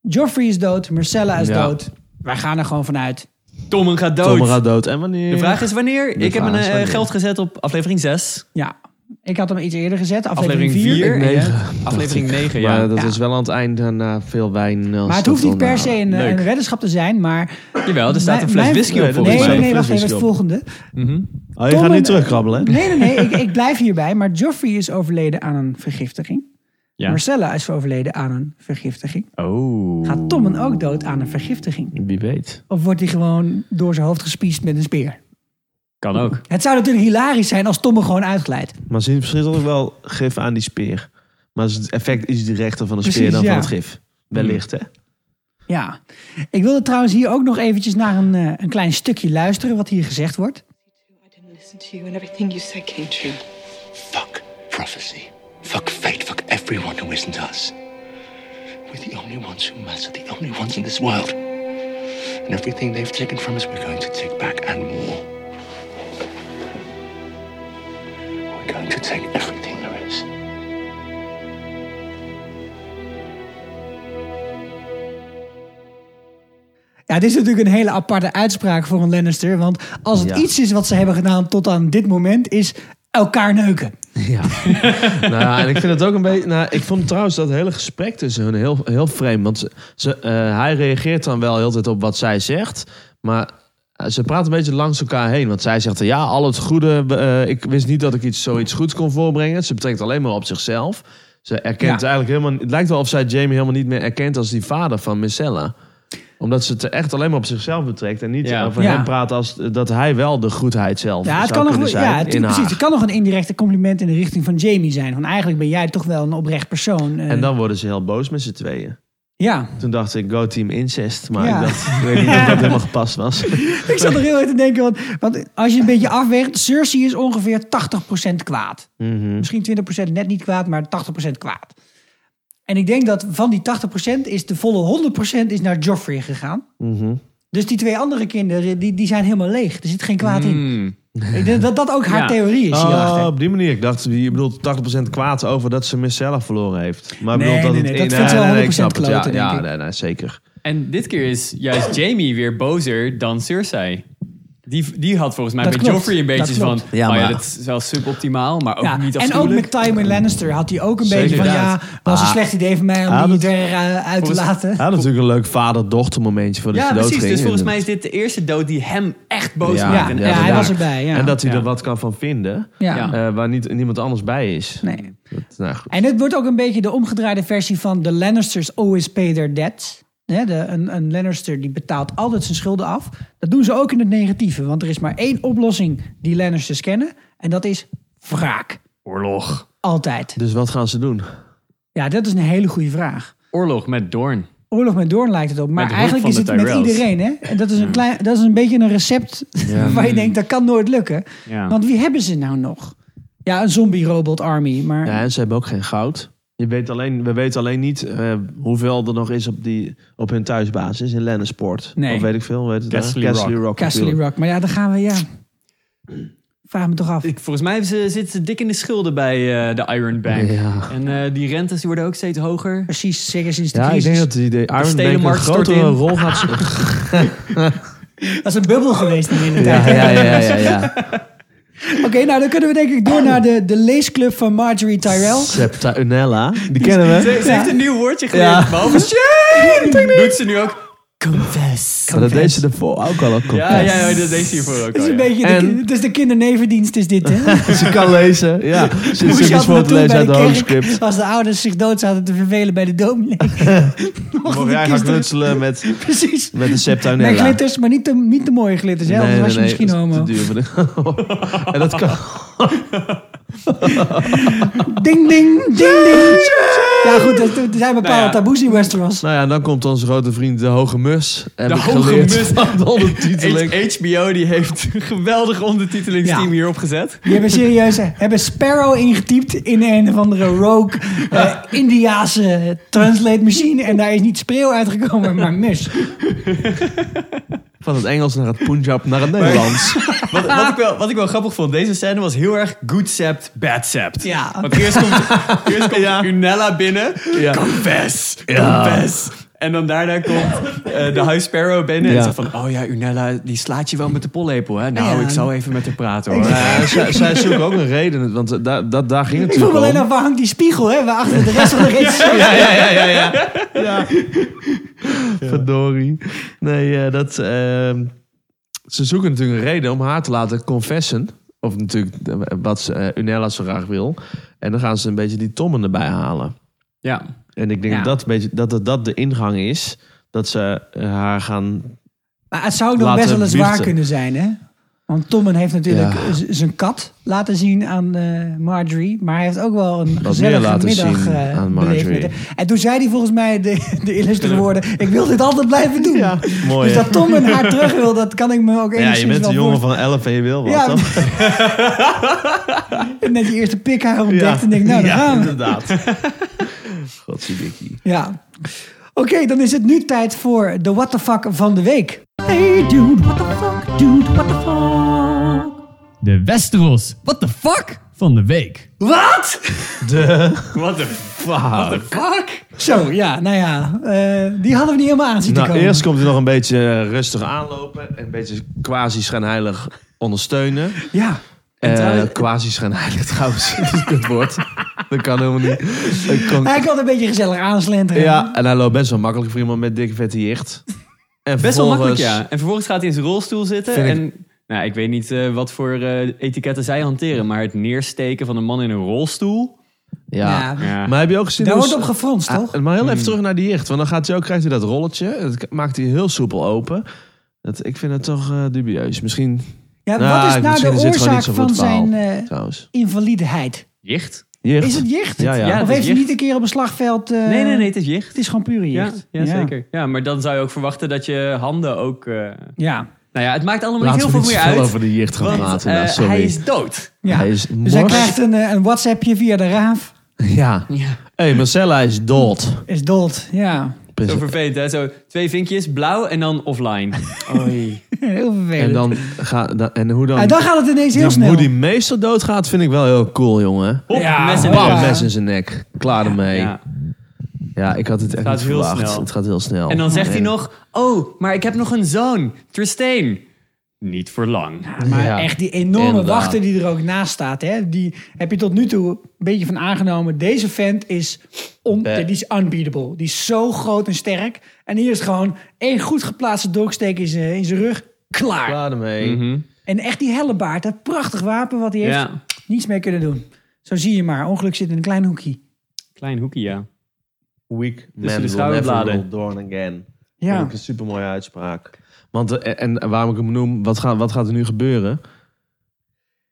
Joffrey is dood, Marcella is Ja. dood. Wij gaan er gewoon vanuit. Tommen gaat dood. Tomara dood. En wanneer? De vraag is wanneer. ik heb vraag mijn is eh, wanneer. geld gezet op aflevering 6. Ja. Ik had hem iets eerder gezet, aflevering Aflevering 4. 4. Negen, Aflevering 9, ja. Maar dat Ja. is wel aan het eind eh, na veel wijn. eh, Maar het hoeft stof niet per se een, leuk. een weddenschap te zijn, maar... Jawel, er staat een fles mijn- whisky op Nee, volgens nee, mij. nee, Fles wacht even, whisky het op. volgende. Oh, je Tom gaat nu en- terugkrabbelen, hè? Nee, nee, nee, ik, ik blijf hierbij. Maar Joffrey is overleden aan een vergiftiging. Ja. Marcella is overleden aan een vergiftiging. Oh. Gaat Tommen ook dood aan een vergiftiging? Wie weet. Of wordt hij gewoon door zijn hoofd gespiest met een speer? Kan ook. Het zou natuurlijk hilarisch zijn als Tommen gewoon uitglijdt. Maar ze verschilt ook wel gif aan die speer. Maar het effect is directer van de speer Precies, dan ja. van het gif. Wellicht, hè? Ja. Ik wilde trouwens hier ook nog eventjes naar een, eh, een klein stukje luisteren wat hier gezegd wordt. I didn't listen to you, and everything you said came true. Fuck prophecy. Fuck fate. Fuck everyone who isn't us. We're the only ones who matter, the only ones in this world. And everything they've taken from us, we're going to take back and more. We're going to take everything there is. Ja, dit is natuurlijk een hele aparte uitspraak voor een Lannister. Want als het Ja. iets is wat ze hebben gedaan tot aan dit moment, is elkaar neuken. (laughs) Ja. nou, ja, en ik vind het ook een beetje. Nou, ik vond trouwens dat hele gesprek tussen hun heel, heel vreemd. Want ze, ze, eh, hij reageert dan wel heel de tijd op wat zij zegt. Maar eh, ze praat een beetje langs elkaar heen. Want zij zegt: Ja, al het goede. eh, ik wist niet dat ik iets, zoiets goeds kon voorbrengen. Ze betrekt alleen maar op zichzelf. Ze erkent Ja. eigenlijk helemaal. Het lijkt wel of zij Jamie helemaal niet meer erkent als die vader van Micella omdat ze het echt alleen maar op zichzelf betrekt en niet Ja. over Ja. hem praat als dat hij wel de goedheid zelf Ja, het zou kan nog, kunnen zijn. ja, het, in precies, haar. het kan nog een indirecte compliment in de richting van Jamie zijn. Van eigenlijk ben jij toch wel een oprecht persoon. eh. En dan worden ze heel boos met z'n tweeën. ja, Toen dacht ik, go team incest. Maar Ja. ik, dacht, ik weet niet (laughs) of dat helemaal gepast (laughs) was. ik zat er heel erg te denken. Want, want als je een beetje afweegt, Cersei is ongeveer 80% kwaad. Mhm. Misschien 20% net niet kwaad, maar 80% kwaad. En ik denk dat van die 80% is de volle 100% is naar Joffrey gegaan. Mhm. Dus die twee andere kinderen, die, die zijn helemaal leeg. Er zit geen kwaad in. Hmm. Ik denk dat dat ook haar Ja. theorie is Oh, hierachter. op die manier. Ik dacht, je bedoelt 80% kwaad over dat ze mezelf verloren heeft. Maar ik Nee, bedoel dat nee, het nee, dat in- vindt ze wel ik snap 100% het. kloten, ja, denk ja, ik. nee, nee, zeker. En dit keer is Oh. juist Jamie weer bozer dan Cersei. Die, die had volgens mij Dat met klopt, Joffrey een beetje dat van... klopt. Ja, Ja, maar ja, maar- dat is wel suboptimaal, maar ook Ja, niet en ook afschuwelijk. met Tywin Lannister had hij ook een Zeker, beetje van... ja, inderdaad. was een Ah. slecht idee van mij om Ah, die dat- eruit te volgens- Ah. laten. Hij had natuurlijk een leuk vader-dochter momentje voordat Ja, ze dood precies. ging. Dus volgens mij is dit de eerste dood die hem echt boos Ja, maakt. Ja, En ja, echt hij inderdaad. was erbij. Ja. En dat hij Ja. er wat kan van vinden. ja. ja. eh, waar niet, niemand anders bij is. Nee. Dat, nou, goed. En het wordt ook een beetje de omgedraaide versie van de Lannisters always pay their debts. Hè, de, een, een Lannister die betaalt altijd zijn schulden af. Dat doen ze ook in het negatieve, want er is maar één oplossing die Lannisters kennen. En dat is wraak. Oorlog. Altijd. Dus wat gaan ze doen? Ja, dat is een hele goede vraag. Oorlog met Doorn. Oorlog met Doorn lijkt het op, maar Met de eigenlijk hulp is van het de met Tyrells. iedereen. Hè? En dat is, een klein, dat is een beetje een recept (laughs) waar je denkt, dat kan nooit lukken. Ja. Want wie hebben ze nou nog? Ja, een zombie-robot army, maar... Ja, en ze hebben ook geen goud. Je weet alleen, we weten alleen niet eh, hoeveel er nog is op, die, op hun thuisbasis in Lennisport. Nee. Of weet ik veel. Weet het Castle daar? Rock. Castle Rock. Castle natuurlijk. Rock. Maar ja, daar gaan we, ja. Vraag me toch af. Ik, volgens mij hebben ze, zitten ze dik in de schulden bij eh, de Iron Bank. Ja. En eh, die rentes die worden ook steeds hoger. Precies, zeker sinds de Ja, ik crisis. denk dat die de Iron Bank een stelenmarkt stort grotere in. rol gaat spelen. dat... is een bubbel geweest in de tijd. Ja, ja, ja, ja, (laughs) ja. Oké, nou dan kunnen we denk ik door naar de, de leesclub van Marjorie Tyrell. Septuinella. Die kennen we. Ze heeft een nieuw woordje geleerd. Ja. Behalve (laughs) shame! Doet ze nu ook confess. Maar dat deed ze ervoor ook al. Ook Ja, ja, ja, dat deed ze hiervoor ook Het al, is een ja. beetje de, Oh, En- kin- het is de kindernevendienst is (laughs) dit, hè? Ze kan lezen. Ja. Ze is Moest je eens voor altijd te naartoe bij lezen uit de de kerk (laughs) hoofdscript. als de ouders zich dood zaten te vervelen bij de (laughs) dominee. Mocht jij gaan knutselen met, Precies. met de Met Septuinella. glitters, maar niet de, niet de mooie glitters, hè? Anders was je misschien dat is homo. te duur voor de- (laughs) en dat kan... Ding, ding, ding, ding. Ja goed, er er zijn bepaalde Nou ja. taboes in Westeros. Nou ja, dan komt onze grote vriend de Hoge Mus. Heb De ik Hoge geleerd Mus. van de ondertiteling. H- HBO die heeft (laughs) een geweldig ondertitelingsteam Ja. hierop gezet. Die hebben serieus eh, hebben Sparrow ingetypt in een of andere rogue (laughs) eh Indiaanse translate machine. En daar is niet spreeuw uitgekomen, maar mus. Van het Engels naar het Punjab naar het Nederlands. Wat, wat, ik wel, wat ik wel grappig vond, deze scène was heel erg good sept, bad sept. Ja. Want eerst komt, eerst komt Unella binnen. Ja. Confess, confess. En dan daarna komt eh, de House Sparrow binnen Ja. en zegt van... Oh ja, Unella, die slaat je wel met de pollepel, hè? Nou, Ja. ik zal even met haar praten, hoor. Eh, (laughs) zij, zij zoeken ook een reden, want eh, daar- dat- daar ging het Ik vroeg natuurlijk alleen om. af, waar hangt die spiegel, hè? Waar achter de rest (laughs) van de regisseur. (laughs) Verdorie. Nee, eh, dat, ehm, ze zoeken natuurlijk een reden om haar te laten confessen. Of natuurlijk eh, wat ze, eh, Unella zo graag wil. En dan gaan ze een beetje die tommen erbij halen. Ja. En ik denk Ja. dat, dat, een beetje, dat, dat dat de ingang is. Dat ze eh, haar gaan... Maar het zou nog Laten best wel eens waar biechten. kunnen zijn, hè? Want Tommen heeft natuurlijk Ja. z- zijn kat laten zien aan eh, Marjorie. Maar hij heeft ook wel een meer gezellige laten middag zien eh, aan beleefd met Marjorie. haar. En toen zei hij volgens mij de, (laughs) de illustere woorden... ik wil dit altijd blijven doen. Mooi, dus hè? dat Tommen (laughs) haar terug wil, dat kan ik me ook Ja, enigszins je bent wel een jongen voorstellen. van 11 en je wil wat. Ja. toch? (laughs) Net die eerste pik haar ontdekt en denk nou, daar ja, gaan we. inderdaad. (laughs) Godzidikkie. Ja. Oké, dan is het nu tijd voor de what the fuck van de week. Hey dude, what the fuck, dude, what the fuck. De Westeros. What the fuck? Van de week. Wat? What the Wow. fuck? Zo, ja, nou ja. eh, die hadden we niet helemaal aan zien te Nou, komen. eerst komt hij nog een beetje rustig aanlopen. en Een beetje quasi-schijnheilig ondersteunen. Ja. Eh, trouwens- Quasi-schijnheilig trouwens. (laughs) Dat is het woord. Dat kan helemaal niet. Ik kon- Hij kan een beetje gezellig aanslenteren. Ja, en hij loopt best wel makkelijk voor iemand met dikke vette jicht. En Best wel makkelijk, vervolgens- ja. En vervolgens gaat hij in zijn rolstoel zitten Vind ik- en... Nou, ik weet niet eh, wat voor eh, etiketten zij hanteren, maar het neersteken van een man in een rolstoel... Ja. Ja. Ja. Maar heb je ook gezien... Daar hoe wordt ze- op gefronst, Ah, toch? maar heel even terug naar die jicht. Want dan gaat hij ook, krijgt hij dat rolletje. Dat maakt hij heel soepel open. Dat, ik vind het toch eh, dubieus. Misschien... Ja, Nou, wat is nou misschien de is dit gewoon oorzaak niet zo voor van het verhaal, zijn eh Trouwens. invalideheid? Jicht? Jicht. Is het jicht? Ja, ja. Ja, of het is heeft hij jicht. niet een keer op een slagveld... eh, Nee, nee, nee, het is jicht. Het is gewoon pure Ja, jicht. ja, zeker. Ja, maar dan zou je ook verwachten dat je handen ook... eh, Ja. Nou ja, het maakt allemaal Laten we niet heel niet veel meer zoveel uit. over de jicht gaan want, praten. eh, nou, sorry. hij is dood. ja. Hij is dus hij mors. krijgt een, eh, een WhatsAppje via de raaf. Ja. Hé, hey, Marcella is dood. Is dood. Ja. (laughs) Zo vervelend, hè? Zo twee vinkjes, blauw en dan offline. Oei. Ah, Heel vervelend. En, dan ga, da- en hoe dan... En dan gaat het ineens heel die- snel. Hoe die meester doodgaat vind ik wel heel cool, jongen. Hop, Ja, mes en bam. Bam, mes. mes in zijn nek. Klaar ermee. Ja, Ja. ik had het echt gaat niet heel verwacht. snel. Het gaat heel snel. En dan zegt hij nog, oh, maar ik heb nog een zoon, Tristain. Niet voor lang. Maar Ja, echt die enorme inderdaad. wachter die er ook naast staat. Hè? Die heb je tot nu toe een beetje van aangenomen. Deze vent is, on, Eh. die is unbeatable. Die is zo groot en sterk. En hier is het gewoon één goed geplaatste dolksteek in zijn in zijn rug. Klaar. Klaar ermee. Mhm. En echt die hellebaard, dat prachtig wapen wat hij heeft. Ja, Niets mee kunnen doen. Zo zie je maar. Ongeluk zit in een klein hoekje. klein hoekje, ja. Weak man de will never Dus schouderbladen. roll down again. Ja. Ja. Vind ik een supermooie uitspraak. Want, eh, en waarom ik hem noem, wat, gaat wat gaat er nu gebeuren?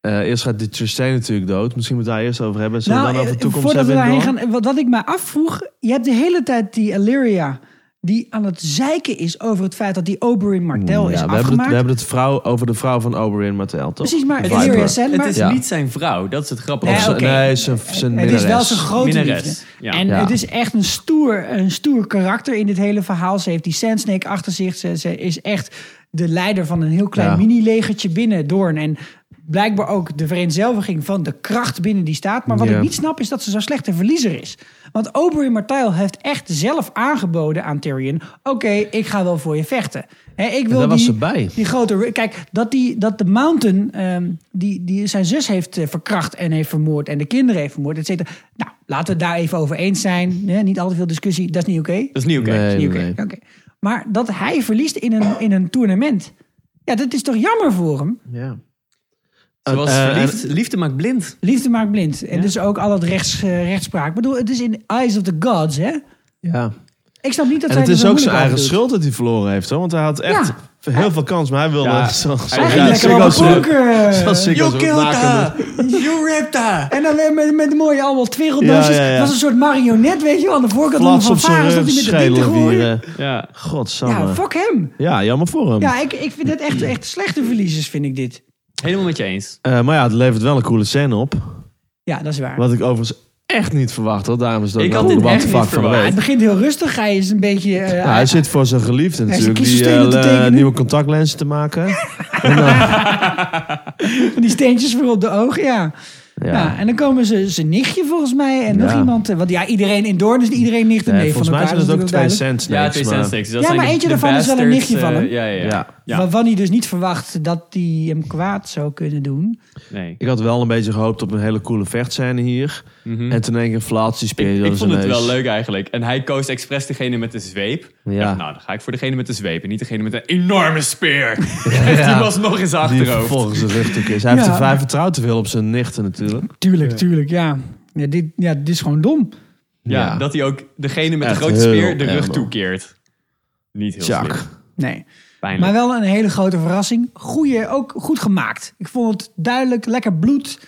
Eh, eerst gaat die Tristan natuurlijk dood. Misschien moeten we het daar eerst over hebben. Zullen we dan over de eh, toekomst voordat we hebben? in daarheen Dawn? gaan, wat, wat ik mij afvroeg, je hebt de hele tijd die Illyria die aan het zeiken is over het feit dat die Oberyn Martell eh, is Mm, Ja, we, afgemaakt. hebben het, we hebben het vrouw over de vrouw van Oberyn Martell, toch? Precies, maar Viper. Illyria Sandberg... Het is Ja. niet zijn vrouw, dat is het grappige. Nee, Of ze- oké. Nee, zijn, zijn Het is wel minnares. zijn grote Minnares, liefde. ja. En Ja. het is echt een stoer, een stoer karakter in dit hele verhaal. Ze heeft die Sandsnake achter zich. Ze, ze is echt de leider van een heel klein Ja. mini-legertje binnen Doorn. En blijkbaar ook de vereenzelviging van de kracht binnen die staat. Maar wat Ja. ik niet snap is dat ze zo'n slechte verliezer is. Want Oberyn Martell heeft echt zelf aangeboden aan Tyrion... oké, ik ga wel voor je vechten. Hè, ik wil daar die, was ze bij. die grote. Kijk, dat, die, dat de Mountain. ehm, die, die zijn zus heeft eh, verkracht en heeft vermoord. en de kinderen heeft vermoord, et cetera. Nou, laten we het daar even over eens zijn. hè? niet al te veel discussie. Dat is niet oké. Dat is niet oké. Nee, Dat is nee, niet oké. nee. Oké. Maar dat hij verliest in een, in een tournament. Ja, dat is toch jammer voor hem? Ja. Ze was Eh, eh, verliefd, liefde maakt blind. Liefde maakt blind. En dus ook al het rechts, eh, rechtspraak. Ik bedoel, het is in Eyes of the Gods, hè? Ja. Ik snap niet dat En hij het er is zo ook moeilijk over zijn eigen doet. schuld dat hij verloren heeft, hoor. Want hij had echt heel veel kans, maar hij wilde... Ja. zoals- Hij Hij zoals- ging ja, lekker op zoals- pronken. zoals ik (laughs) als wakende- You ripped her! En dan weer met, met mooie allemaal twireldansjes. Ja, ja, ja. Het was een soort marionet, weet je wel. Aan de voorkant van Flats van op zijn varen stond rug, hij met de ding te schedel gooien. vieren. Ja. Ja, Godsamme. fuck hem. Ja, jammer voor hem. Ja, ik, ik vind het echt, echt slechte verliezers, vind ik dit. Helemaal met je eens. Eh, maar ja, het levert wel een coole scène op. Ja, dat is waar. Wat ik overigens echt niet verwacht had. Daarom is dat Ik wel had dit de what echt the niet fuck van de verwacht. Maar week. het begint heel rustig. Hij is een beetje... eh, Ja, hij zit voor zijn geliefde zit natuurlijk. Die kiezelstenen te eh, tekenen. nieuwe contactlenzen te maken. van die steentjes voor op de ogen, ja. Ja. eh, Ja, en dan komen ze zijn nichtje volgens mij en nog Ja. iemand. eh, Want ja, iedereen in Doorn is iedereen nicht en Nee, neef van volgens mij elkaar. dat zijn het is ook twee natuurlijk cents. Ja, twee cents niks. Dat Ja, zijn maar de- eentje de daarvan is wel een bastards, nichtje van eh, hem. ja, ja, ja. Ja. Ja. Waarvan hij dus niet verwacht dat hij hem kwaad zou kunnen doen. Nee. Ik had wel een beetje gehoopt op een hele coole vechtscène hier. En toen in één keer flats, die speelde Mhm. Ik, door ik zijn vond het neus. wel leuk eigenlijk. En hij koos expres degene met de zweep. Ja. Ja. nou, dan ga ik voor degene met de zweep en niet degene met een enorme (laughs) speer. Die was nog eens Die achterhoofd. vervolgens zijn rugtuk is. Hij, Ja, heeft, hij maar- vertrouwt te veel op zijn nichten natuurlijk. Tuurlijk, tuurlijk, ja. Ja dit, ja, dit is gewoon dom. Ja, Ja. dat hij ook degene met de Echt grote heel speer de erg rug dom. toekeert. Niet heel Tjak. slim. Nee. Pijnlijk. Maar wel een hele grote verrassing. Goeie, ook goed gemaakt. Ik vond het duidelijk, lekker bloed.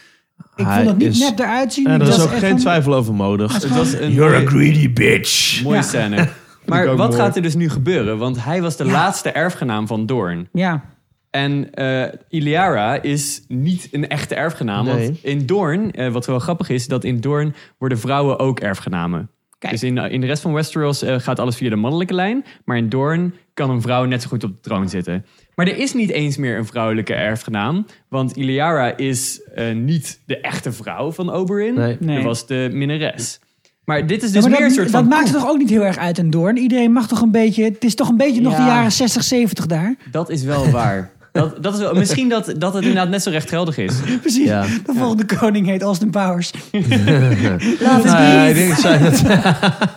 Ik Hij vond het niet is- net eruit zien. En er Dat is ook echt geen een- twijfel over nodig. Het was een mooie- greedy bitch. mooie Ja. (laughs) scène. ik Maar ook wat mooi. gaat er dus nu gebeuren? Want hij was de laatste erfgenaam van Doorn. Ja, En eh Iliara is niet een echte erfgenaam. Nee. Want in Doorn, eh, wat wel grappig is, dat in Doorn worden vrouwen ook erfgenamen. Kijk. Dus in, in de rest van Westeros eh, gaat alles via de mannelijke lijn. Maar in Doorn kan een vrouw net zo goed op de troon zitten. Maar er is niet eens meer een vrouwelijke erfgenaam. Want Iliara is eh, niet de echte vrouw van Oberyn. Nee. Nee. Dat was de minnares. Maar dit is Ja, dus maar meer een dat, soort dat van... maakt het toch ook niet heel erg uit en doorn. Iedereen mag toch een beetje. Het is toch een beetje nog Ja. de jaren 60, 70 (laughs) daar. Dat is wel waar. Dat, dat is wel, misschien dat, dat het inderdaad net zo rechtgeldig is. Precies. Ja. De volgende koning heet Austin Powers. Nou ja, ik, denk dat zij dat-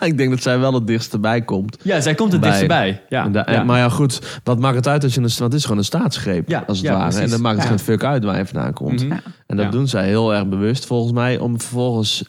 (laughs) ik denk dat zij wel het dichtst erbij komt. Ja, zij komt het Bij. dichtstbij. Ja, En da- en- ja. Maar ja, goed. Wat maakt het uit als je een... sta- Want het is gewoon een staatsgreep, Ja, als het ja, ware. precies. En dan maakt het Ja. geen fuck uit waar je vandaan komt. Mhm. En dat Ja. doen zij heel erg bewust, volgens mij, om vervolgens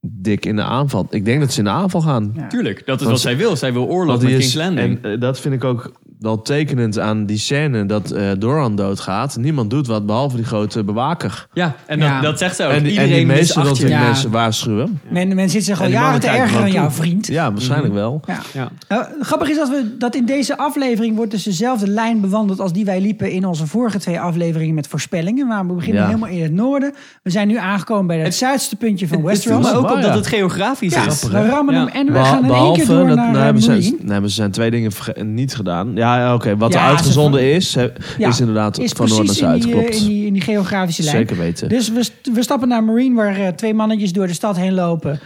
dik in de aanval... Ik denk dat ze in de aanval gaan. Tuurlijk, dat is Want wat ze- zij wil. Zij wil oorlog Want met die King's is, Landing. en eh, dat vind ik ook wel tekenend aan die scène dat eh, Doran doodgaat. Niemand doet wat behalve die grote bewaker. ja, en dat, Ja. dat zegt ze ook. en, die, en Iedereen die is meesten achter dat je. weer Ja. mensen waarschuwen. Men, men zit zich al En die jaren mannen te kijken ergeren aan wel jouw toe. vriend. Ja, waarschijnlijk Mhm. wel. Ja. Ja. Nou, grappig is dat, we, dat in deze aflevering wordt dus dezelfde lijn bewandeld als die wij liepen in onze vorige twee afleveringen met voorspellingen. Maar we beginnen Ja. helemaal in het noorden. We zijn nu aangekomen bij het zuidste puntje van Het viel Westeros. me ook op Ja. dat het geografisch Ja, is. we rammen Ja. hem en we Beha- gaan in één keer door dat, naar nou, eh, hebben ze, Moulin. nee, hebben ze zijn twee dingen verge- niet gedaan. Ja, ja, oké. wat Ja, er ze uitgezonden van- is, he- Ja, is inderdaad is van noord naar precies zuid. in die, eh, klopt. In die, in die geografische lijn. Zeker weten. Dus we, st- we stappen naar Marine, waar eh, twee mannetjes door de stad heen lopen.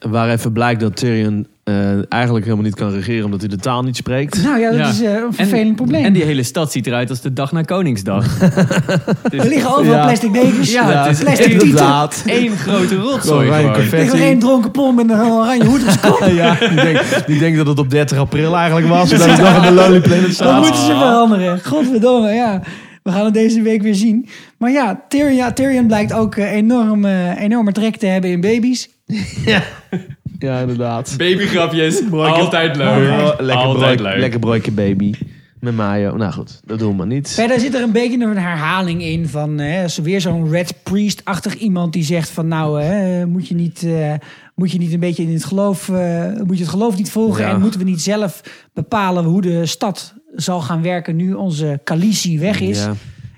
Waar even blijkt dat Tyrion eh, eigenlijk helemaal niet kan regeren omdat hij de taal niet spreekt. Nou ja, dat Ja. is eh, een vervelend en, probleem. En (laughs) die hele stad ziet eruit als de dag na (laughs) Koningsdag. er liggen overal Ja. plastic dekens. Ja, het is plastic tieten. inderdaad. Eén grote rotzooi Gewoon wijn, gewoon. Er ligt nog confetti. één dronken pom met een oranje hoed op zijn kop. (laughs) Ja, die denkt, die denkt dat het op 30 april eigenlijk was. En dat het nog in de Lonely Planet Dat staat. moeten ze veranderen. Godverdomme, ja. We gaan het deze week weer zien. Maar ja, Tyrion, ja, Tyrion blijkt ook eh, enorm, eh, enorme trek te hebben in baby's. Ja, inderdaad. Babygrapjes, altijd Oh, leuk. lekker, altijd brood, leuk. lekker broodje baby. Met mayo. Nou goed, dat doen we niet. Verder zit er een beetje een herhaling in van eh, hè, zo- weer zo'n Red Priest-achtig iemand die zegt van nou hè, moet, je niet, eh, moet je niet een beetje in het geloof, eh, moet je het geloof niet volgen Ja. en moeten we niet zelf bepalen hoe de stad zal gaan werken nu onze Khaleesi weg is. Ja,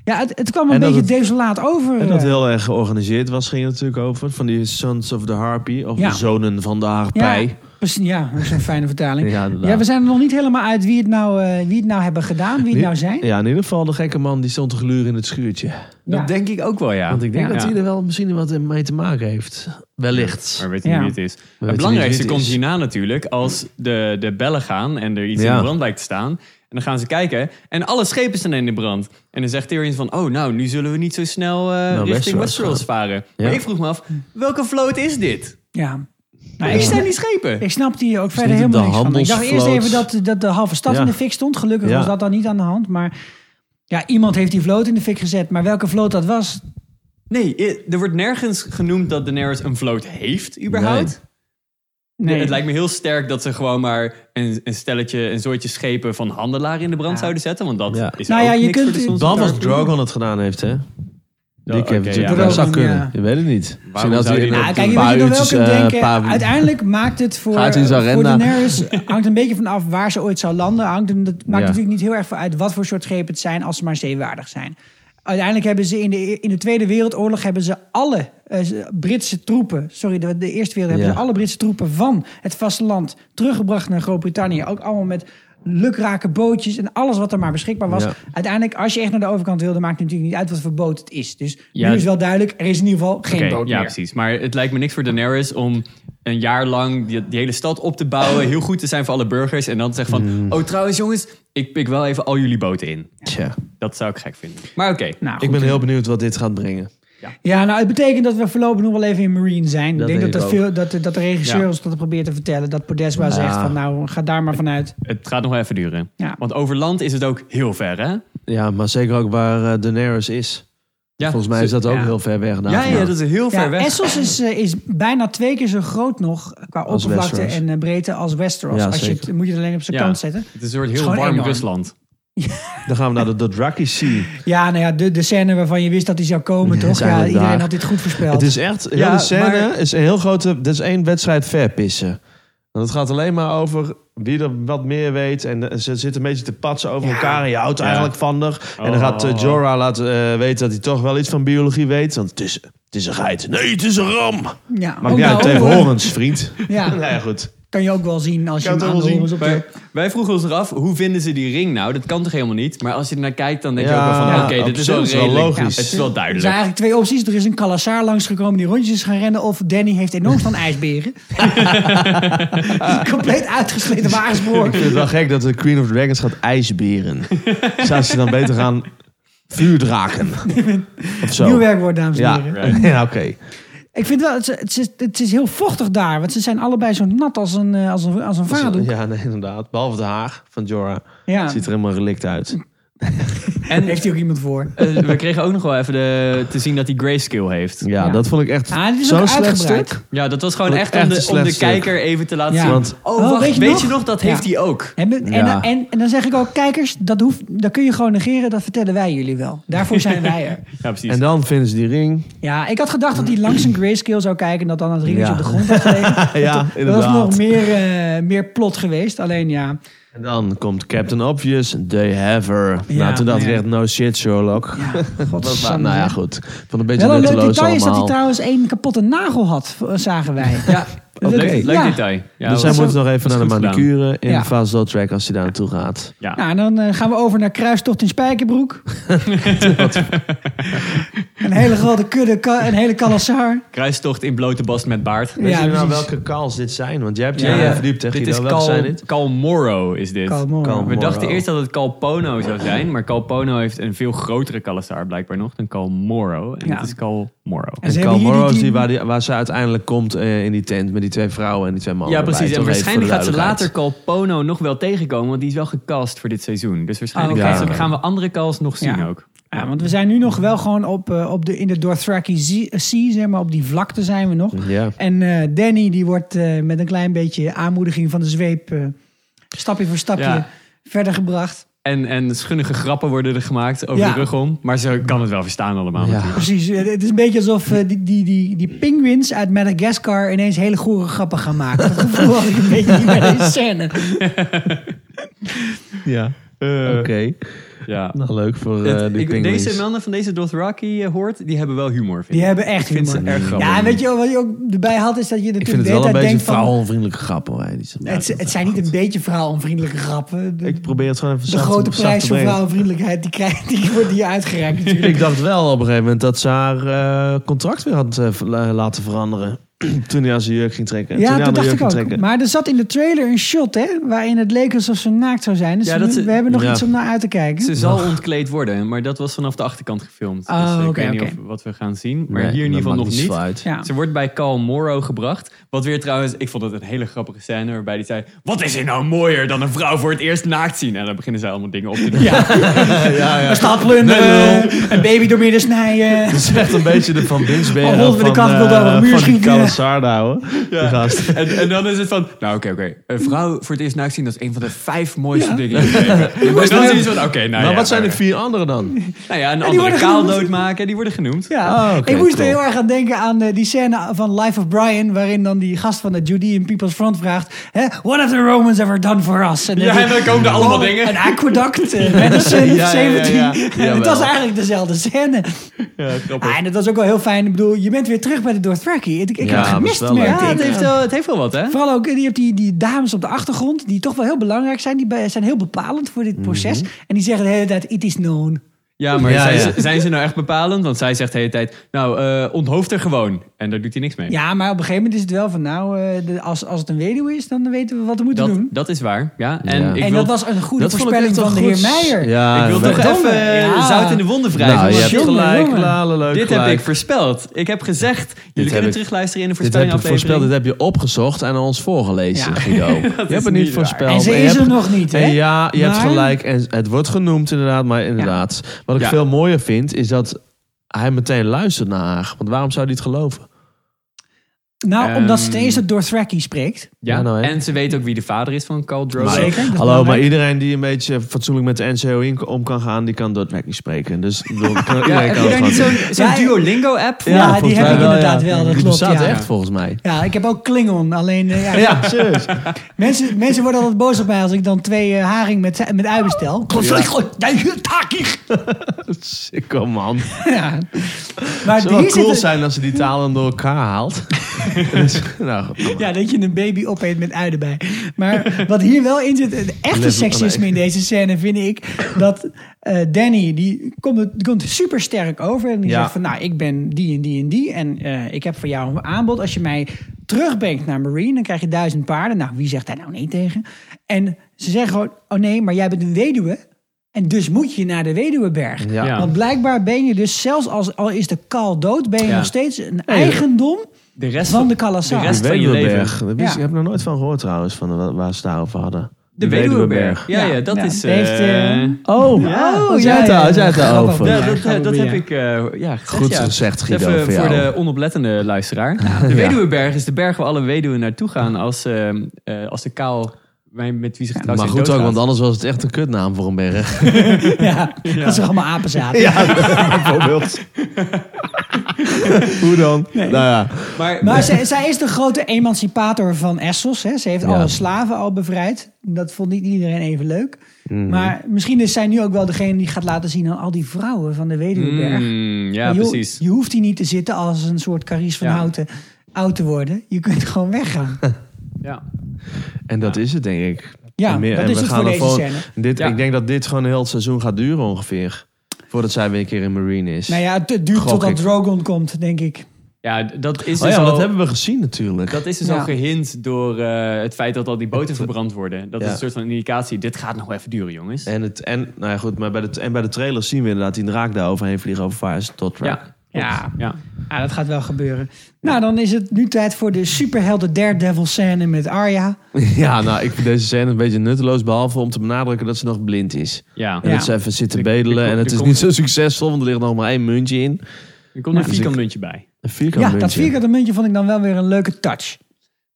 Ja. het, het kwam een En dat beetje het- desolaat over. En dat eh. heel erg georganiseerd was, ging het natuurlijk over. Van die Sons of the Harpy. Of Ja. de zonen van de ja, harpij. precies, ja, dat is een fijne vertaling. (laughs) Ja, inderdaad. we zijn er nog niet helemaal uit wie het nou, eh, wie het nou hebben gedaan, wie het nou zijn. Ja, in ieder geval de gekke man die stond te gluren in het schuurtje. Ja. Dat denk ik ook wel, ja. Want ik denk Ja. dat Ja. hij er wel misschien wat mee te maken heeft. Wellicht. Maar weet je niet Ja. wie het is. wie het belangrijkste het komt is. hierna natuurlijk als de, de bellen gaan en er iets Ja. in brand blijkt te staan. En dan gaan ze kijken en alle schepen staan in de brand. En dan zegt Tyrion van, oh nou, nu zullen we niet zo snel eh, richting Nou, Westeros Westeros varen. Maar Ja. ik vroeg me af, welke vloot is dit? Ja. Nou, Waar ik zijn die schepen? Ik snapte hier ook verder niet op helemaal niks de van. Ik dacht eerst even handelsvloot. dat, dat de halve stad Ja. in de fik stond. Gelukkig Ja. was dat dan niet aan de hand. Maar ja, iemand heeft die vloot in de fik gezet. Maar welke vloot dat was, Nee, i- er wordt nergens genoemd dat Daenerys een vloot heeft, überhaupt. nee. Het lijkt me heel sterk dat ze gewoon maar een, een stelletje, een soortje schepen van handelaren in de brand Ja. zouden zetten. Want dat Ja. is Nou ook ja, je niks kunt- voor de Sons of Dan was Anarchy. Drogon het gedaan heeft, hè? Die oké, heeft natuurlijk ja. wel zou Drogon, kunnen. ja. Je weet het niet. Misschien had zou hij die in dat Nou, een kijk, je paar wat je dan wel uurtjes, kunt eh, een denken. paar- Uiteindelijk maakt het voor, Gaat in zijn voor agenda. (laughs) Daenerys... hangt een beetje vanaf waar ze ooit zou landen. Hangt, hem- dat maakt Ja. natuurlijk niet heel erg veel uit wat voor soort schepen het zijn... als ze maar zeewaardig zijn. Uiteindelijk hebben ze in de, in de Tweede Wereldoorlog... hebben ze alle eh, ze- Britse troepen... sorry, de, de Eerste Wereldoorlog... Ja. hebben ze alle Britse troepen van het vasteland... teruggebracht naar Groot-Brittannië. Ook allemaal met... lukraken bootjes en alles wat er maar beschikbaar was. Ja. Uiteindelijk, als je echt naar de overkant wilde, maakt het natuurlijk niet uit wat voor boot het is. Dus Ja, nu d- is wel duidelijk, er is in ieder geval geen Oké, boot ja, meer. precies. Maar het lijkt me niks voor Daenerys om een jaar lang die, die hele stad op te bouwen. Heel goed te zijn voor alle burgers. En dan te zeggen Mm. van, oh trouwens jongens, ik pik wel even al jullie boten in. Tja. Dat zou ik gek vinden. Maar oké. Nou, Ik ben heel benieuwd wat dit gaat brengen. Ja, nou, het betekent dat we voorlopig nog wel even in Marine zijn. Dat ik denk denk dat, dat, ik ook. veel, dat, de- dat de regisseur Ja. ons dat probeert te vertellen. Dat Podesma zegt van, nou, ga daar maar vanuit. Het gaat nog wel even duren. Ja. Want over land is het ook heel ver, hè? Ja, maar zeker ook waar eh, Daenerys is. Ja, Volgens mij is dat ook ja. heel ver weg. Ja, ja, dat is heel Ja, ver weg. Essos is, eh, is bijna twee keer zo groot nog qua Als oppervlakte Westeros. en eh, breedte als Westeros. Ja, als je zeker. het, moet je het alleen op zijn Ja. kant zetten. Het is een soort is heel gewoon warm enorm. Rusland. Dan gaan we naar de Dothraki Sea. Ja, nou ja, de, de scène waarvan je wist dat die zou komen, toch? Ja, eigenlijk iedereen daar. had dit goed voorspeld. Het is echt, heel Ja, de scène maar- is een heel grote, dat is één wedstrijd verpissen. Want het gaat alleen maar over wie er wat meer weet. En eh, ze zitten een beetje te patsen over Ja. elkaar. En je houdt eigenlijk van haar. En dan gaat eh, Oh. Jorah laten eh, weten dat hij toch wel iets van biologie weet. Want het is, het is een geit. Nee, het is een ram. ja, Maar ook ja, nou, tegen hoor. horens, (laughs) vriend. Nou Ja, ja, goed. kan je ook wel zien als je Kan hem het aan wel de zien. horens op Wij, wij vroegen ons eraf, hoe vinden ze die ring nou? Dat kan toch helemaal niet? Maar als je ernaar kijkt, dan denk je Ja, ook wel van... Oké, op dit is zich wel is het wel redelijk. logisch. Het is wel Er zijn duidelijk. eigenlijk twee opties. Er is een Kalasar langsgekomen die rondjes is gaan rennen. Of Danny heeft enorm van (laughs) ijsberen. Compleet uitgesleten wagenspoor. Ik vind het wel gek dat de Queen of Dragons gaat (laughs) ijsberen. Zou ze dan beter gaan (laughs) vuurdraken? Of zo. Nieuw werkwoord, dames en ja, heren. (laughs) ja oké. Ik vind wel, het, het, is, het is heel vochtig daar. Want ze zijn allebei zo nat als een, eh, als een, als een vaardoek. Ja, nee, inderdaad. Behalve de haar van Jorah. Ja. Ziet er helemaal relikt uit. En heeft hij ook iemand voor. Eh, we kregen ook nog wel even de, te zien dat hij grayscale heeft. Ja, dat vond ik echt Ah, dit is zo'n ook slecht uitgebreid. stuk. Ja, dat was gewoon Dat echt, echt om een de, slecht om de stuk. kijker even te laten Ja. zien. Want- oh, Oh, wacht, weet je weet je, nog? nog? Dat heeft Ja. hij ook. En, en, Ja. en, en dan zeg ik ook, kijkers, dat, hoeft, dat kun je gewoon negeren. Dat vertellen wij jullie wel. Daarvoor zijn wij (laughs) er. Ja, precies. En dan vinden ze die ring. Ja, ik had gedacht dat hij langs een grayscale zou kijken... en dat dan het ringetje op Ja. de grond had (laughs) gelegen. ja, Dat was inderdaad. nog meer, eh, meer plot geweest. Alleen ja, En dan komt Captain Obvious, They Have Her. Ja, nou, toen dacht ja. ik echt, no shit, Sherlock. ja (laughs) Dat godsamme. wa- nou ja, goed. Van een beetje Wel een leuk nutteloos detail is dat hij allemaal. trouwens één kapotte nagel had, v- eh, zagen wij. ja, (laughs) Dat- leuk, ja. leuk detail. dus Ja, dat hij was- moet nog even dat naar is de goed gedaan. manicure in Ja. de Fast Low Track als hij daar naartoe gaat. Ja. Nou, en dan eh, gaan we over naar Kruistocht in (laughs) Spijkerbroek. een hele grote kudde, ka- een hele kalassaar. Kruistocht in blote bast met baard. Weet Ja, je nou precies. welke kals dit zijn? Want jij hebt je Ja, ja. verdiept, hè, Dit Guido? is Welke zijn Cal, dit? Calmoro is dit. Cal Moro. Cal We Moro. dachten eerst dat het Calpono zou zijn, maar Calpono heeft een veel grotere kalasaar blijkbaar nog dan Calmoro. En Ja. dit is Calmoro. En ze En hebben Cal hier Morrow is die- die waar, die, waar ze uiteindelijk komt eh, in die tent met die twee vrouwen en die twee mannen. Ja, precies. erbij. En Toch even voor de waarschijnlijk gaat ze later duidelijkheid. Calpono nog wel tegenkomen, want die is wel gecast voor dit seizoen. Dus waarschijnlijk Oh, oké. gaan ze- Ja. gaan we andere cals nog zien Ja. ook. Ja, want we zijn nu nog wel gewoon op, eh, op de, in de Dothraki Zee- Sea, zeg maar, op die vlakte zijn we nog. Ja. En eh, Danny die wordt eh, met een klein beetje aanmoediging van de zweep, eh, stapje voor stapje, Ja. verder gebracht. En, en schunnige grappen worden er gemaakt over Ja. de rug om. Maar ze kan het wel verstaan allemaal. Ja. natuurlijk. Precies, eh, het is een beetje alsof eh, die, die, die, die penguins uit Madagascar ineens hele gore grappen gaan maken. Dat gevoel had ik een beetje bij deze scène. Ja. Eh, Oké. Eh, Ja. Nou, leuk voor eh, Het- die ik- penguins. deze mannen van deze Dothraki eh, hoort, die hebben wel humor. Vind Die ik. hebben echt Ik vind humor. ze erg grappig. Ja, en weet je wel, wat je ook erbij had, is dat je Ik vind natuurlijk het de hele wel tijd een beetje denkt van... vrouwonvriendelijke grappen. hoor, hè, die ze Het, maken. het zijn niet een beetje vrouwenvriendelijke grappen. De, Ik probeer het gewoon even de zacht, grote zacht prijs te voor brengen. vrouwenvriendelijkheid, die, krijgt, die wordt hier uitgereikt natuurlijk. (laughs) Ik dacht wel op een gegeven moment dat ze haar eh, contract weer had eh, la- laten veranderen. (clears throat) toen hij aan zijn jurk ging trekken. Ja, toen hij dat aan de dacht jurk ik ging ook. trekken. Maar er zat in de trailer een shot, hè? Waarin het leek alsof ze naakt zou zijn. Dus Ja, we- dat ze- we hebben nog ja. iets om naar uit te kijken. Ze zal ontkleed worden, maar dat was vanaf de achterkant gefilmd. Oh, dus eh, ik oké, weet niet oké. of, wat we gaan zien. Maar Nee, hier in dat ieder maakt geval nog niet niet. zoveel uit. Ja. Ze wordt bij Cal Morrow gebracht. Wat weer trouwens, ik vond het een hele grappige scène waarbij hij zei... Wat is er nou mooier dan een vrouw voor het eerst naakt zien? En dan beginnen zij allemaal dingen op te doen. Een stad plunderen, een baby door midden (laughs) (laughs) snijden. Het is echt een beetje de Van Al Binsbergen Rolf van, met Oh, de kat eh, wilde over een muur van die schieten. Calasarda, hoor. Die gast. (laughs) En, en dan is het van, nou oké, oké. Een vrouw voor het eerst naakt zien, dat is een van de vijf mooiste Ja. dingen in (laughs) het leven. Maar dan is het van, oké, nou maar ja, wat zijn maar- de vier anderen dan? Nou ja, een die andere worden kaal genoemd. doodmaken, die worden genoemd. Ja. Ah, oké, ik moest er cool. heel erg aan denken aan eh, die scène van Life of Brian, waarin dan die gast van de Judean People's Front vraagt: hè, What have the Romans ever done for us? En, dan Oh, Ja, en dan komen er allemaal dingen. Een aqueduct, (laughs) eh, medicine, (laughs) Ja, ja, ja, 17. ja. En (laughs) het was Jawel. eigenlijk dezelfde scène. Ja, grappig. Ah, en dat was ook wel heel fijn. Ik bedoel, je bent weer terug bij de Dothraki. Ik, ik weinig Ja, dat is gemist, wel merk leuk. Ja, ik. het heeft, wel, het heeft wel wat, hè? Vooral ook, je hebt die, die dames op de achtergrond, die toch wel heel belangrijk zijn. Die be- zijn heel bepalend voor dit proces. Mhm. En die zeggen de hele tijd, it is known. Ja, maar Ja, zijn, ja. Ze, zijn ze nou echt bepalend? Want zij zegt de hele tijd, nou, eh onthoofd er gewoon. En daar doet hij niks mee. Ja, maar op een gegeven moment is het wel van, nou, eh, de- als, als het een weduwe is, dan weten we wat we moeten dat, doen. dat is waar, ja. En, Ja. Ik En wil, dat was een goede dat vond ik voorspelling echt van de een heer goed- Meijer. Ja, ik wil toch verdomme, even eh, ja. zout in de wonden wrijven. Nou, je want hebt Jongen, gelijk, jongen. lale, leuk dit heb gelijk. ik voorspeld. Ik heb gezegd, jullie heb kunnen ik- terugluisteren in de Dit heb ik voorspeld, dit voorspelling heb je opgezocht en aan ons voorgelezen, Ja. (laughs) Guido. je hebt het niet niet waar. voorspeld. En ze je is hebt- er nog niet, hè? En ja, je hebt Maar- gelijk. En het wordt genoemd inderdaad, maar inderdaad. Wat ik Ja. veel mooier vind, is dat hij meteen luistert naar haar. Want waarom zou hij het geloven? Nou, Ehm, omdat ze ten eerste door Thraki spreekt. Ja, Ja, nou, hè. en ze weet ook wie de vader is van Carl Drogo. Zeker. dat is Hallo, maar belangrijk. iedereen die een beetje fatsoenlijk met de NCO in om kan gaan, die kan Dordrecht niet spreken. Dus ik bedoel, kan, Ja, iedereen heb kan je het daar gewoon niet zo'n doen. zo'n Ja, Duolingo-app voor? Ja, die volgens heb mij ik inderdaad wel, dat die klopt, bestaat ja. echt volgens mij. Ja, ik heb ook Klingon. Alleen, (laughs) eh, ja, serieus. mensen, mensen worden altijd boos op mij als ik dan twee eh, haring met, met ui bestel. Sikke man. Ja. Maar Het zou die wel cool zitten, zijn als ze die talen door elkaar haalt. (laughs) Dus, nou, goed, dan maar. Ja, dat je een baby opeet met ui erbij. Maar wat hier wel in zit, het echte Level- seksisme in deze scène vind ik, dat eh, Danny, die komt, het- die komt super sterk over. En die Ja. zegt van, nou, ik ben die en die en die. En eh, ik heb voor jou een aanbod. Als je mij terugbrengt naar Marine, dan krijg je duizend paarden. Nou, wie zegt daar nou nee tegen? En ze zeggen gewoon, oh nee, maar jij bent een weduwe. En dus moet je naar de Weduweberg. Ja. Ja. Want blijkbaar ben je dus, zelfs als, al is de kal dood, ben je Ja. nog steeds een eigendom De rest van van de de, Kalasar. de rest van je Weduweberg. Dat wist Ja. Ik heb er nog nooit van gehoord trouwens, van de- waar ze daarover hadden. de Weduweberg. Ja, ja, dat Ja. is... Die heeft, eh, eh, Oh, Ja, oh, ja, jij het ja, al- jij het ja, al grappig. over. Ja, Ja, dat, gaan we eh, dat weer. heb ik eh, ja, gezegd. Goed ja. gezegd, Guido, Even voor voor, jou. de onoplettende luisteraar. De Weduweberg is de berg waar alle weduwen naartoe gaan als, eh, eh, als de kaal wij- met wie ze getrouwd Maar zijn goed ook, doodgaat. want anders was het echt een kutnaam voor een berg. (laughs) Ja, dat ze allemaal apen zaten. (laughs) Bijvoorbeeld. Hoe dan? Nou ja. Maar, Maar zij, zij is de grote emancipator van Essos. Hè. Ze heeft Ja. alle slaven al bevrijd. Dat vond niet iedereen even leuk. Mhm. Maar misschien is zij nu ook wel degene die gaat laten zien aan al die vrouwen van de Weduweberg. Mm, ja, Maar je, precies. Je hoeft hier niet te zitten als een soort Caries van Ja. Houten oud te worden. Je kunt gewoon (laughs) weggaan. Ja. En dat is het, denk ik. Ja, En dat en is het we gaan voor er deze gewoon- scène. Dit, Ja. Ik denk dat dit gewoon heel het seizoen gaat duren ongeveer. Voordat zij weer een keer in Marine is. Oh Nou ja, het- het duurt Gok totdat ik. Drogon komt, denk ik. ja, d- dat is dus oh ja, al... maar dat hebben we gezien natuurlijk. Dat is dus Ja. al gehind door eh, het feit dat al die boten verbrand worden. Dat Ja. is een soort van indicatie. Dit gaat nog wel even duren, jongens. En, het, en, nou ja, goed, maar bij de, en bij de trailer zien we inderdaad die draak daar overheen vliegen over Fires tot Raak. Ja. Ja. Ja. Ah, dat gaat wel gebeuren. Nou, dan is het nu tijd voor de superhelden Daredevil scène met Arya. (laughs) Ja, nou, ik vind deze scène een beetje nutteloos. Behalve om te benadrukken dat ze nog blind is. Ja. Dus En Ja. dat ze even zit te De- bedelen. de- en de het is kom- niet zo succesvol, want er ligt nog maar één muntje in. Er komt een Ja. vierkant muntje bij. Een vierkant Ja, muntje. dat vierkante muntje vond ik dan wel weer een leuke touch.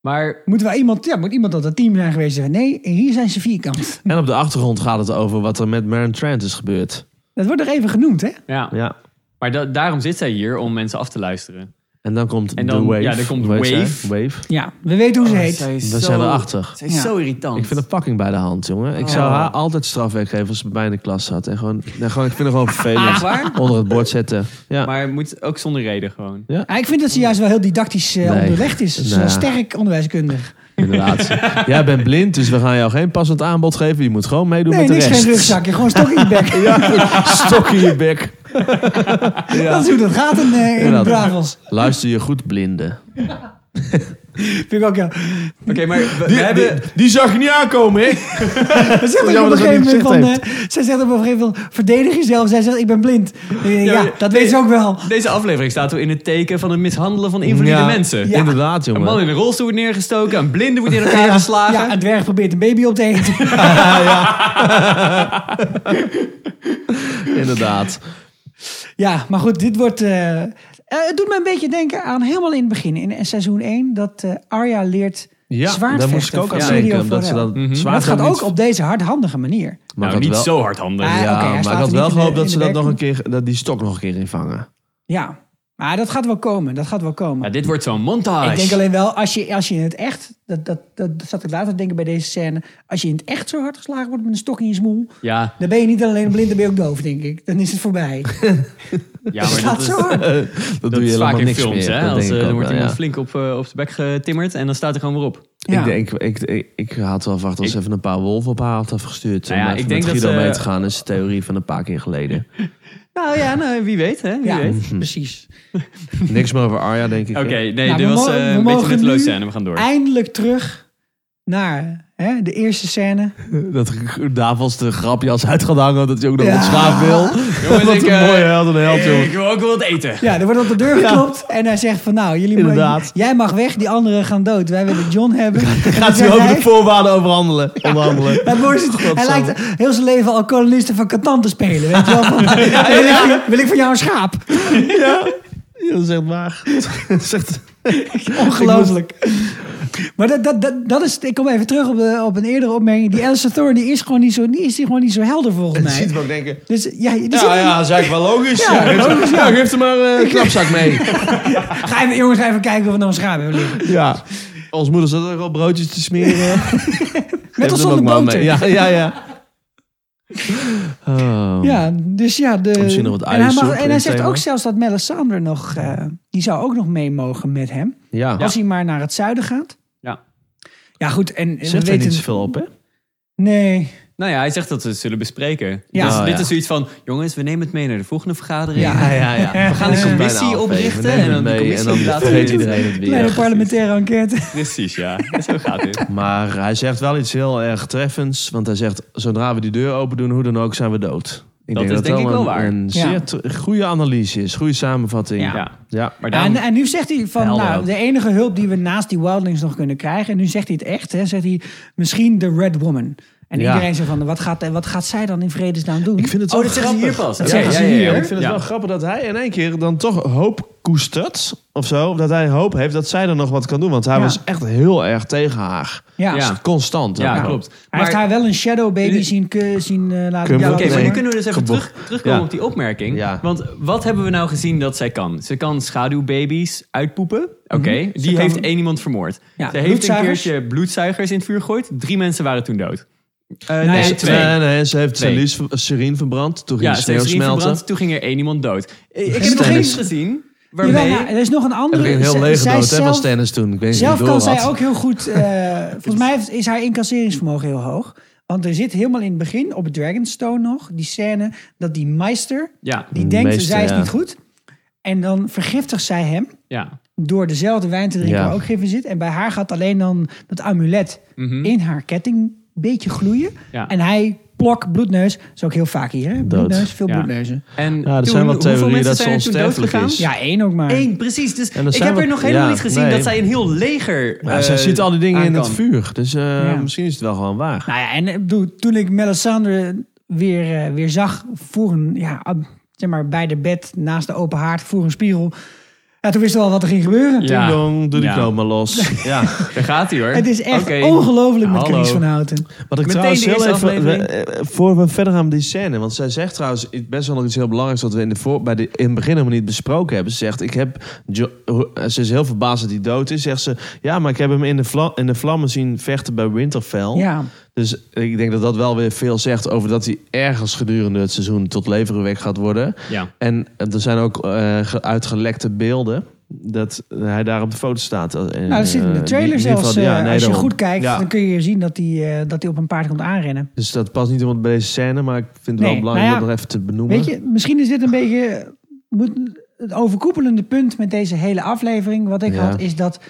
Maar Moet wel iemand, ja, moet iemand dat het team zijn geweest zeggen. Nee, hier zijn ze vierkant. En op de achtergrond gaat het over wat er met Maren Trent is gebeurd. Dat wordt nog even genoemd, hè? ja, Ja. maar da- daarom zit zij hier om mensen af te luisteren. En dan komt En dan- de wave. ja, dan komt Hoe heet Wave. zij? Wave. Ja, we weten hoe ze heet. Dan zijn we achter. Zij is Ja. zo irritant. Ik vind een pakking bij de hand, jongen. Ik zou haar altijd strafwerk geven als ze bij mij in de klas zat. En gewoon, en gewoon, ik vind haar gewoon vervelend. Echt waar? Onder het bord zetten. Ja. Maar het moet ook zonder reden gewoon. Ah, ik vind dat ze juist wel heel didactisch eh, Nee. onderlegd is. Ze is wel Nou. sterk onderwijskundig. Inderdaad. Jij bent blind, dus we gaan jou geen passend aanbod geven. Je moet gewoon meedoen Nee, met de niks, rest. geen rugzakje. Gewoon stok in je bek. (laughs) Stok in je bek. Dat is hoe dat gaat in, eh, in de Inderdaad. Bravos. Luister je goed, blinde. Vind ik ook, (laughs) ja. Oké, maar we, we hebben... zag je niet aankomen, hè? Ze zegt ook op Jammer een dat hij gegeven moment niet van... gezegd eh, zij zegt op een gegeven moment van, verdedig jezelf. Zij zegt, ik ben blind. Eh, ja, maar- dat weet ze ook wel. Deze aflevering staat in het teken van het mishandelen van invalide mensen. Ja. Inderdaad, Een man jongen. in een rolstoel wordt neergestoken, een blinde wordt in elkaar geslagen. Ja, een dwerg probeert een baby op te eten. Inderdaad. Ja, maar goed, dit wordt. eh, eh, het doet me een beetje denken aan helemaal in het begin, in eh, seizoen 1, dat eh Arya leert Ja, zwaardvechten. daar moest ik ook aan van denken. Sirio Omdat ze Forel. dat zwaard dat gaat niet- ook op deze hardhandige manier. Maar nou, ik had niet wel- zo hardhandig. Ah, Ja, oké, hij slaat maar ik hem had niet in wel de- gehoopt in dat de ze dat nog een werking. keer, dat die stok nog een keer invangen. Ja. Maar dat gaat wel komen, dat gaat wel komen. Ja, dit wordt zo'n montage. ik denk alleen wel, als je, als je in het echt, dat, dat, dat zat ik later te denken bij deze scène, als je in het echt zo hard geslagen wordt met een stok in je smoel, Ja, dan ben je niet alleen blind, dan ben je ook doof, denk ik. Dan is het (laughs) voorbij. ja maar dat Gaat is, zo hard. Dat, dat doe je is vaak helemaal in niks films. meer. Hè? Dat Als, denk eh, ik dan ook wordt wel, iemand ja. flink op, eh, op zijn bek getimmerd en dan staat hij gewoon weer op. Ja. (laughs) Ik, denk, ik, ik, ik, had wel verwacht dat ze Ik- even een paar wolven op haar had afgestuurd. Nou ja, om ik even denk met dat Guido ze- mee te gaan is de theorie van een paar keer (laughs) geleden. Nou ja, nou, wie weet hè, wie Ja, weet. precies. Niks meer over Arya, denk ik. Oké, nee, Nou, dit we was mo- eh, we een beetje mogen nutteloos nu zijn en we gaan door. Eindelijk terug naar hè, de eerste scène. Dat Davos de grapjas uit gaat hangen, dat hij ook nog Ja. wat slaap wil. (laughs) (laughs) Jongens, Wat ik, een eh, mooie held en held, jongen. Ik wil ook wel wat eten. Ja, er wordt op de deur (laughs) geklopt en hij zegt van nou, jullie mogen, Inderdaad. jij mag weg, die anderen gaan dood. Wij willen John (laughs) hebben. Gaat hij over de voorwaarden overhandelen, (laughs) onderhandelen. Hij, (laughs) wordt- hij lijkt heel zijn leven al kolonisten van Catan te spelen. Weet (laughs) je wel? Van, Wil, ik, van- wil ik van jou een schaap? Ja, dat is echt (laughs) waar. Zegt... Ongelooflijk. Maar dat, dat, dat, dat is, ik kom even terug op, de, op een eerdere opmerking. Die Alistair Thorne die is, gewoon niet zo, die is die gewoon niet zo helder (laughs) volgens mij. ook denken. Dus ja, die zit- Ja, ja, dat is eigenlijk wel logisch. Ja, Ja, geef, logisch, ja. ja, geef er maar eh, een knapzak (laughs) mee. Ga even, jongens, ga even kijken of we nog een schaap hebben liggen. Ja. Ons moeder zat er al broodjes te smeren. Met Geef of hem zonder ook maar boter. mee. Ja, ja, ja. Oh. Ja, dus ja. De, Misschien nog wat en hij, ijs mag, op en in hij het zegt thema. ook zelfs dat Melisandre nog... eh, die zou ook nog mee mogen met hem. ja. Als hij maar naar het zuiden gaat. Ja. Ja, goed. En, en Zegt we er weten... niet zoveel op, hè? Nee. Nou ja, hij zegt dat we het zullen bespreken. Ja. dus Oh, dit ja. is zoiets van, jongens, we nemen het mee naar de volgende vergadering. Ja, ja, ja. (laughs) We gaan een Bijna commissie half vijf. oprichten We nemen en het dan die mee en commissie dan laat vergeet het. iedereen het weer. Kleine parlementaire enquête. Precies, ja. Zo gaat dit. Maar hij zegt wel iets heel erg treffends. Want hij zegt, zodra we die deur open doen, hoe dan ook, zijn we dood. Ik is denk ik een, wel waar. een Ja. zeer t- goede analyse is. Goede samenvatting. Ja. ja. Maar Ja, dan, en, en nu zegt hij van, Helder nou, ook. de enige hulp die we naast die wildlings nog kunnen krijgen. En nu zegt hij het echt, hè, zegt hij misschien de Red Woman. En Ja. iedereen zegt van, wat gaat, wat gaat zij dan in vredesnaam doen? Ik vind het oh, wel dat zeggen ze grappig. hier pas. Dat Oké, zeggen ze ja, ja, ja. hier. Ik vind het Ja. wel grappig dat hij in één keer dan toch hoop koestert. Of zo. Of dat hij hoop heeft dat zij er nog wat kan doen. Want hij Ja. was echt heel erg tegen haar. ja. Ja. Constant. Ja, ook. klopt. Hij Maar- heeft haar wel een shadow baby Jullie- zien, ke- zien eh, laten Kunnen Ja, we- Oké, Ja, maar nu Nee. kunnen we dus even Gebo- terug, terugkomen Ja. op die opmerking. Ja. Want wat hebben we nou gezien dat zij kan? Ze kan schaduwbaby's uitpoepen. Oké, Mhm. die kan- heeft één iemand vermoord. Ja, ze heeft een bloedzuigers. keertje bloedzuigers in het vuur gegooid. Drie mensen waren toen dood. Eh, ja, nee, ze- twee. Nee, nee, ze heeft Twee. Celine, Serene verbrand. Toen ging Ja, de ze sneeuw heeft erin smelten. verbrand. Toen ging er één iemand dood. Eh, Ik heb nog Stennis. eens gezien Jawel, waarmee... nou, er is nog een Dat andere. ging heel zij- leeg zij dood hè, van zelf- Stennis toen. Ik weet niet of Zelf hij door kan zij had. ook heel goed. eh, volgens mij heeft- is haar incasseringsvermogen heel hoog. Want er zit helemaal in het begin, op het Dragonstone nog, die scène dat die meester, Ja, die denkt, Meester, zij is ja. niet goed. En dan vergiftigt zij hem ja. door dezelfde wijn te drinken Ja. waar ook gif in zit. En bij haar gaat alleen dan dat amulet in haar ketting een beetje gloeien. Mhm. Ja. En hij plok bloedneus. Dat is ook heel vaak hier, hè? Bloedneus, veel Ja. bloedneuzen. En Ja, er toen, zijn wel hoeveel theorieën mensen dat ze zijn er toen dood onsterfelijk gegaan? is. Ja, één ook maar. Eén, precies. Dus En er ik zijn heb wel- er nog helemaal ja, niet gezien nee. dat zij een heel leger. Ja, zij eh, ziet al die dingen aan in het kan. vuur. Dus eh, Ja. misschien is het wel gewoon waar. Nou ja, en eh, bedoel, toen ik Melisandre weer, eh, weer zag voor een, ja, ab- zeg maar bij de bed naast de open haard voor een spiegel. Ja, toen wist ik al wat er ging gebeuren. Ja. Ding dong, doe die Ja. knoop maar (laughs) los. Ja. Daar gaat hij hoor. Het is echt Oké. ongelooflijk met Hallo. Chris van Houten. Wat ik Meteen trouwens de heel eerste even... aflevering. eh, eh, Voor we verder gaan met die scène. Want zij zegt trouwens i- best wel nog iets heel belangrijks... wat we in, de voor, bij de, in het begin helemaal niet besproken hebben. Ze zegt, ik heb... Jo- ho- eh, ze is heel verbaasd dat hij dood is. Zegt ze, ja, maar ik heb hem in de, vla- in de vlammen zien vechten bij Oh. Winterfell. Ja. Dus ik denk dat dat wel weer veel zegt over dat hij ergens gedurende het seizoen tot leven gewekt gaat worden. Ja. En eh, er zijn ook eh, ge- uitgelekte beelden dat hij daar op de foto staat. Eh, Nou, dat zit in de trailer zelfs. eh, als je goed kijkt, dan kun je zien dat hij eh, dat hij op een paard komt aanrennen. Dus dat past niet helemaal bij deze scène, maar ik vind het Nee, wel belangrijk nou ja, om dat even te benoemen. Weet je, misschien is dit een beetje moet, het overkoepelende punt met deze hele aflevering. Wat ik Ja. had, is dat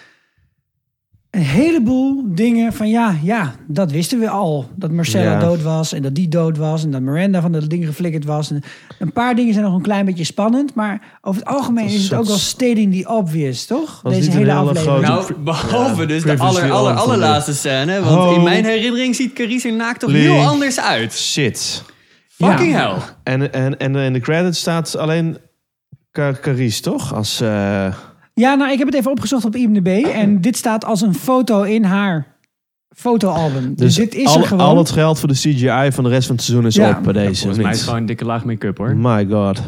een heleboel dingen van ja, ja, dat wisten we al. Dat Marcella Ja. dood was en dat die dood was en dat Miranda van dat ding geflikkerd was. En een paar dingen zijn nog een klein beetje spannend, maar over het algemeen Dat is het soort- ook wel stating the obvious, toch? Was Deze niet een hele hele aflevering. grote- Nou, behalve Ja, dus de previously aller, aller, on van allerlaatste scène. Want Oh. in mijn herinnering ziet Carice er naakt toch Lee. heel anders uit. Shit. Fucking Ja. hell. En, en, en in de credits staat alleen Car- Carice, toch? Als, eh, Ja, nou, ik heb het even opgezocht op IMDb en dit staat als een foto in haar fotoalbum. Dus, dus dit is al, er gewoon. al het geld voor de CGI van de rest van het seizoen is Ja. op bij deze. of Volgens mij niet? is gewoon een dikke laag make-up hoor. My god.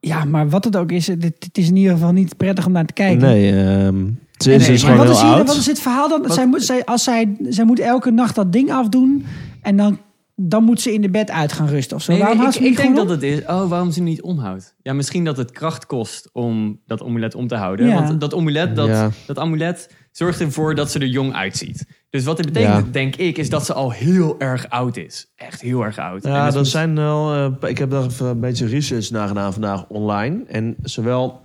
Ja, maar wat het ook is, het, het is in ieder geval niet prettig om naar te kijken. Nee, ehm ze is, Nee, is maar gewoon wat, heel is hier, oud. wat is het verhaal dan? Zij moet, zij, als zij, zij moet elke nacht dat ding afdoen en dan, dan moet ze in de bed uit gaan rusten of zo. Nee, Waarom ik, haalt ze ik niet denk gewoon dat op? het is. Oh, waarom ze hem niet omhoudt? Ja, misschien dat het kracht kost om dat amulet om te houden. Ja. Want dat amulet, dat, Ja. dat amulet zorgt ervoor dat ze er jong uitziet. Dus wat dit betekent, Ja. denk ik, is dat ze al heel erg oud is. Echt heel erg oud. En Ja, dus dat moet- zijn wel. eh, ik heb daar even een beetje research naar gedaan vandaag online. En zowel.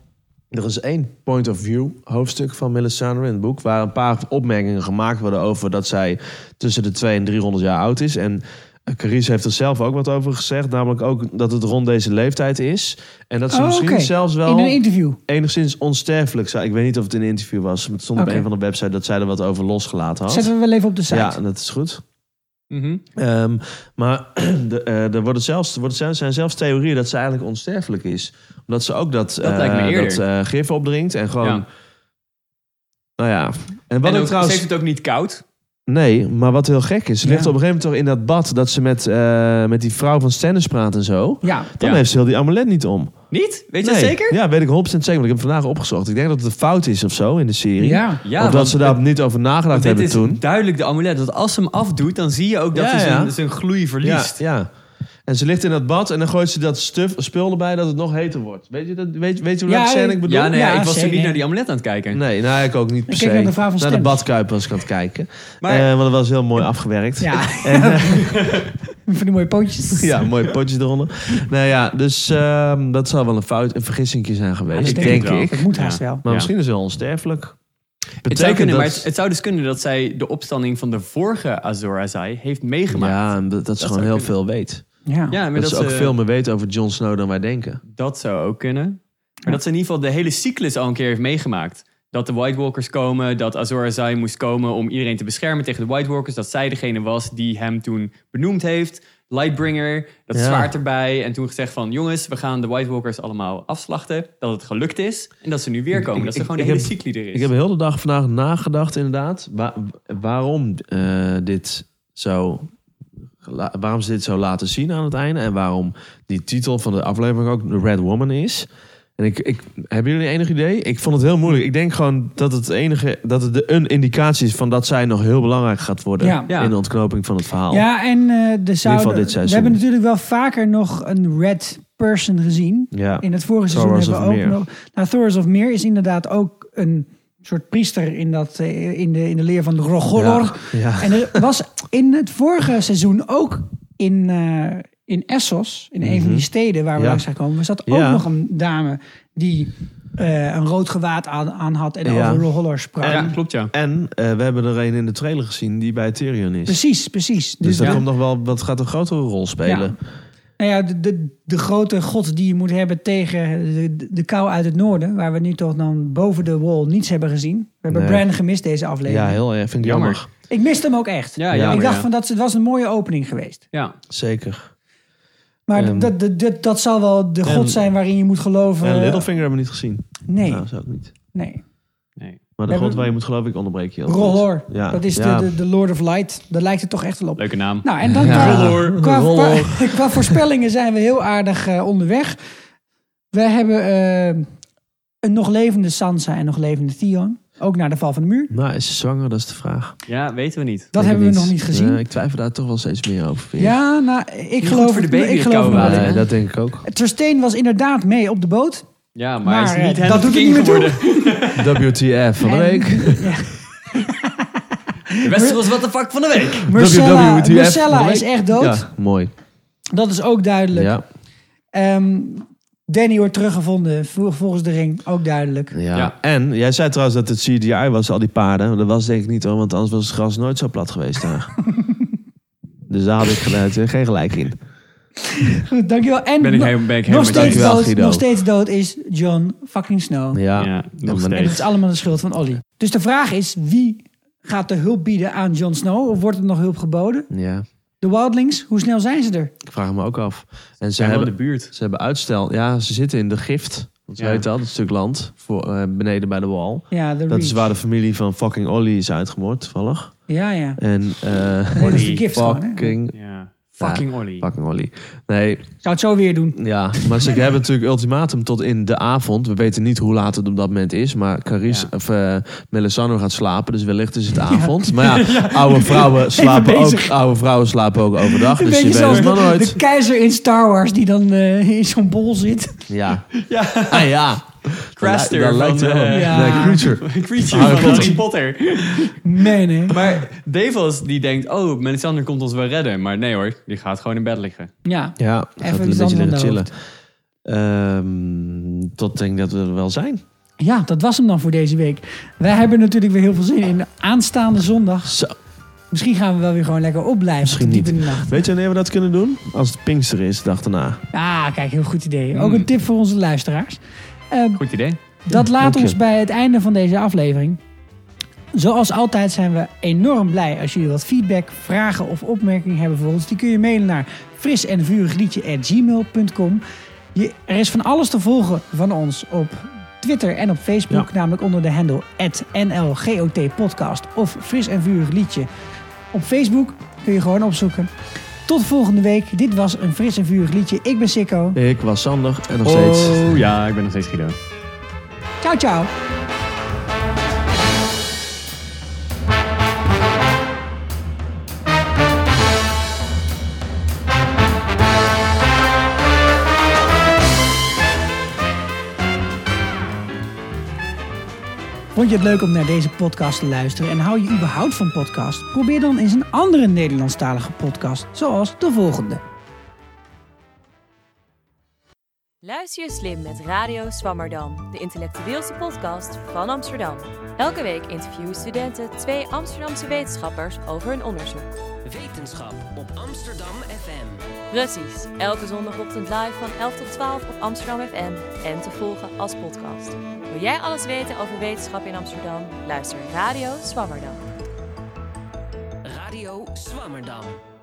Er is één point of view hoofdstuk van Melisandre in het boek. Waar een paar opmerkingen gemaakt worden over dat zij tussen de 200 en 300 jaar oud is. En eh, Carice heeft er zelf ook wat over gezegd. Namelijk ook dat het rond deze leeftijd is. En dat ze Oh, misschien oké. zelfs wel In een interview. enigszins onsterfelijk zijn. Ik weet niet of het in een interview was. Maar het stond Oké. op een van de websites dat zij er wat over losgelaten had. Zetten we wel even op de site. ja, dat is goed. Mhm. Ehm, maar (clears throat) de, eh, er worden zelfs, er worden, zijn- zijn zelfs theorieën dat ze eigenlijk onsterfelijk is. Omdat ze ook dat, Dat lijkt me eh, eerder. dat eh, gif opdrinkt en gewoon... Ja. Nou ja. En wat En ik ook, trouwens... ze heeft het ook niet koud. Nee, maar wat heel gek is. Ze Ja. ligt op een gegeven moment toch in dat bad dat ze met, eh, met die vrouw van Stennis praat en zo. Ja. Dan Ja. heeft ze heel die amulet niet om. Niet? Weet je Nee. dat zeker? Ja, weet ik 100% zeker. Want ik heb hem vandaag opgezocht. Ik denk dat het een fout is of zo in de serie. Ja. Ja, of dat want ze daar niet over nagedacht dit hebben is toen. duidelijk de amulet. Dat als ze hem afdoet, dan zie je ook dat Ja, hij ja. zijn, zijn gloei verliest. Ja, ja. En ze ligt in dat bad en dan gooit ze dat stuf, spul erbij dat het nog heter wordt. Weet je, dat, weet, weet je hoe Ja, dat scène ik- ik bedoel? Ja, nee, Ja, ik was toen zeker. niet naar die amulet aan het kijken. Nee, nou ik ook niet per Ik se. keek naar de vrouw van naar de Stem. badkuip was ik aan het kijken. Maar- Eh, want dat was heel mooi afgewerkt. Ja. (laughs) Van die mooie pootjes. (laughs) Ja, mooi potje eronder. nou ja, dus ehm, dat zou wel een fout, een vergissingje zijn dat geweest, denk denk ik wel. ik. Dat moet haast Ja. wel. Maar Ja. misschien is ze wel onsterfelijk. Het zou Betekent kunnen, maar dat... het, het zou dus kunnen dat zij de opstanding van de vorige Azor Ahai heeft meegemaakt. ja, en dat, dat ze zou gewoon heel kunnen. veel weet. Ja. Ja, maar Dat, dat, eh, ze ook ze- veel meer weet over Jon Snow dan wij denken. Dat zou ook kunnen. Maar dat ze in ieder geval de hele cyclus al een keer heeft meegemaakt. Dat de White Walkers komen, dat Azor Ahai moest komen om iedereen te beschermen tegen de White Walkers. Dat zij degene was die hem toen benoemd heeft. Lightbringer, dat Ja. zwaard erbij. En toen gezegd van, jongens, we gaan de White Walkers allemaal afslachten. Dat het gelukt is en dat ze nu weer komen. Dat ze Ik- gewoon de ik hele heb- cycli er is. Ik heb heel de dag vandaag nagedacht, inderdaad, wa- waarom, eh, dit zo, la- waarom ze dit zo laten zien aan het einde. En waarom die titel van de aflevering ook The Red Woman is. En ik, ik, hebben jullie enig idee? Ik vond het heel moeilijk. Ik denk gewoon dat het enige, dat het de, een indicatie is van dat zij nog heel belangrijk gaat worden Ja. Ja. in de ontknoping van het verhaal. Ja, en eh, de geval zouden, dit we seizoen. hebben natuurlijk wel vaker nog een red person gezien. Ja. In het vorige Thoros seizoen of hebben we ook Meer. nog... Nou, Thoros of Meer is inderdaad ook een soort priester in, dat, eh, in, de, in de leer van de Grogolor. Ja, ja. En er was in het vorige seizoen ook in, eh, in Essos, in een van die steden waar we Mhm. Ja. langs zijn gekomen, was dat ook Ja. nog een dame die eh, een rood gewaad aan, aan had en Ja. over Grogolor sprak. Ja, klopt ja. En eh, we hebben er een in de trailer gezien die bij Tyrion is. Precies, precies. Dus, Dus dat dat- komt nog wel, dat gaat een grotere rol spelen. Nou ja, de, de, de grote god die je moet hebben tegen de, de, de kou uit het noorden, waar we nu toch dan boven de wall niets hebben gezien. We hebben Nee. Bran gemist deze Ja, aflevering. heel erg. Vind ik Jammer. jammer. Ik miste hem ook echt. Ja, Ja. jammer, ik dacht ja. van dat het was een mooie opening geweest. Ja. Zeker. Maar Ehm. dat, dat, dat, dat zal wel de god En- zijn waarin je moet geloven. En Littlefinger hebben we niet gezien. Eh, Nee, Nou, zou ik niet. nee. Nee. Maar de Hebben- god waar je moet geloven, ik onderbreek je. heel goed. Rollor. Ja, Dat is ja. de, de, de Lord of Light. Daar lijkt het toch echt wel op. Leuke naam. Nou, en dan qua, Rollor. qua, Rollor. qua- (laughs) qua voorspellingen zijn we heel aardig eh, onderweg. We hebben eh, een nog levende Sansa en nog levende Theon. Ook naar de val van de muur. Nou, is ze zwanger? Dat is de vraag. Ik Ja, weten we niet. Dat denk hebben het we nog niet gezien. Nee, ik twijfel daar toch wel steeds meer over. vind ik. ja, nou, ik goed geloof voor de het- ik baby, het geloof het koude wel water, in. Nee, dat denk ik ook. Tersteen was inderdaad mee op de boot. Ja, maar, Maar, hij is niet eh, Henry dat doet het King niet meer toe. geworden. WTF van de En- week. De Westeros what the fuck van de week. Marcella, WWTF Marcella van de is week. echt dood. Ja, mooi. Dat is ook duidelijk. Ja, Ehm, Danny wordt teruggevonden vol- volgens de ring. Ook (laughs) duidelijk. ja. Ja. En jij zei trouwens dat het CGI was, al die paarden. Dat was denk ik niet hoor, want anders was het gras nooit zo plat (laughs) geweest daar. dus daar had ik gelijk- geen gelijk in. Goed, dankjewel. En Ben ik no- heel- ben ik helemaal nog, met je steeds eens. Dankjewel, dood, Guido. nog steeds dood is John fucking Snow. Ja, Ja, nog maar- En dat is allemaal de schuld van Ollie. Dus de vraag is, wie gaat de hulp bieden aan Jon Snow? Of wordt er nog hulp geboden? ja, De Wildlings, hoe snel zijn ze er? ik vraag me ook af. En ze Zijn wel in hebben, de buurt. (laughs) Ze hebben uitstel. Ja, ze zitten in de gift. Want ze Ja. weten al, dat stuk land voor, eh, beneden bij de wal. Ja, de Dat is Reach. waar de familie van fucking Olly is uitgemoord, toevallig. Ja, ja. En eh, Nee, dat is de gift gewoon, hè? fucking Ja. Fucking Olly. Fucking Olly. Nee, Zou het zo weer doen. ja. (laughs) Maar ze hebben natuurlijk ultimatum tot in de avond. We weten niet hoe laat het op dat moment is. Maar Caris, Ja. of, eh, Melisandre gaat slapen. Dus (laughs) wellicht is het avond. Maar ja, oude vrouwen slapen ook, bezig. oude vrouwen slapen ook overdag. Een Dus beetje je weet zoals het de, maar de nooit. keizer in Star Wars die dan eh, in zo'n bol zit. Ja. (laughs) Ja. Ah, ja. Craster Dat lijkt van, wel. eh, Ja. Nee, Creature. Creature Harry van Potter. Harry Potter. Nee, nee. (laughs) Maar Davos die denkt, oh, Melisandre komt ons wel redden. Maar nee hoor, die gaat gewoon in bed liggen. Ja. Ja, Even even een iets beetje anders liggen aan de chillen. Ehm, tot denk ik dat we er wel zijn. ja, dat was hem dan voor deze week. Wij hebben natuurlijk weer heel veel zin in. Aanstaande zondag. Zo. Misschien gaan we wel weer gewoon lekker opblijven. Misschien tot diep niet. in de nacht. Weet je wanneer we dat kunnen doen? Als het Pinkster is, de dag daarna. Ah, kijk, heel goed idee. Mm. Ook een tip voor onze luisteraars. Eh, Goed idee. Dat laat dank je. ons bij het einde van deze aflevering. Zoals altijd zijn we enorm blij als jullie wat feedback, vragen of opmerkingen hebben voor ons. Die kun je mailen naar fris en Er is van alles te volgen van ons op Twitter en op Facebook, namelijk onder de handle @nlgotpodcast of fris en vurig liedje. Op Facebook kun je gewoon opzoeken. Tot volgende week. Dit was een fris en vurig liedje. Ik ben Sikko. Ik was Sander en nog steeds. Oh ja, ik ben nog steeds Guido. Ciao, ciao. Vond je het leuk om naar deze podcast te luisteren en hou je überhaupt van podcast? Probeer dan eens een andere Nederlandstalige podcast, zoals de volgende. Luister slim met Radio Swammerdam, de intellectueelste podcast van Amsterdam. Elke week interviewen studenten twee Amsterdamse wetenschappers over hun onderzoek. Wetenschap op Amsterdam FM. Precies, elke zondagochtend live van 11 tot 12 op Amsterdam FM en te volgen als podcast. Wil jij alles weten over wetenschap in Amsterdam? Luister Radio Swammerdam. Radio Swammerdam.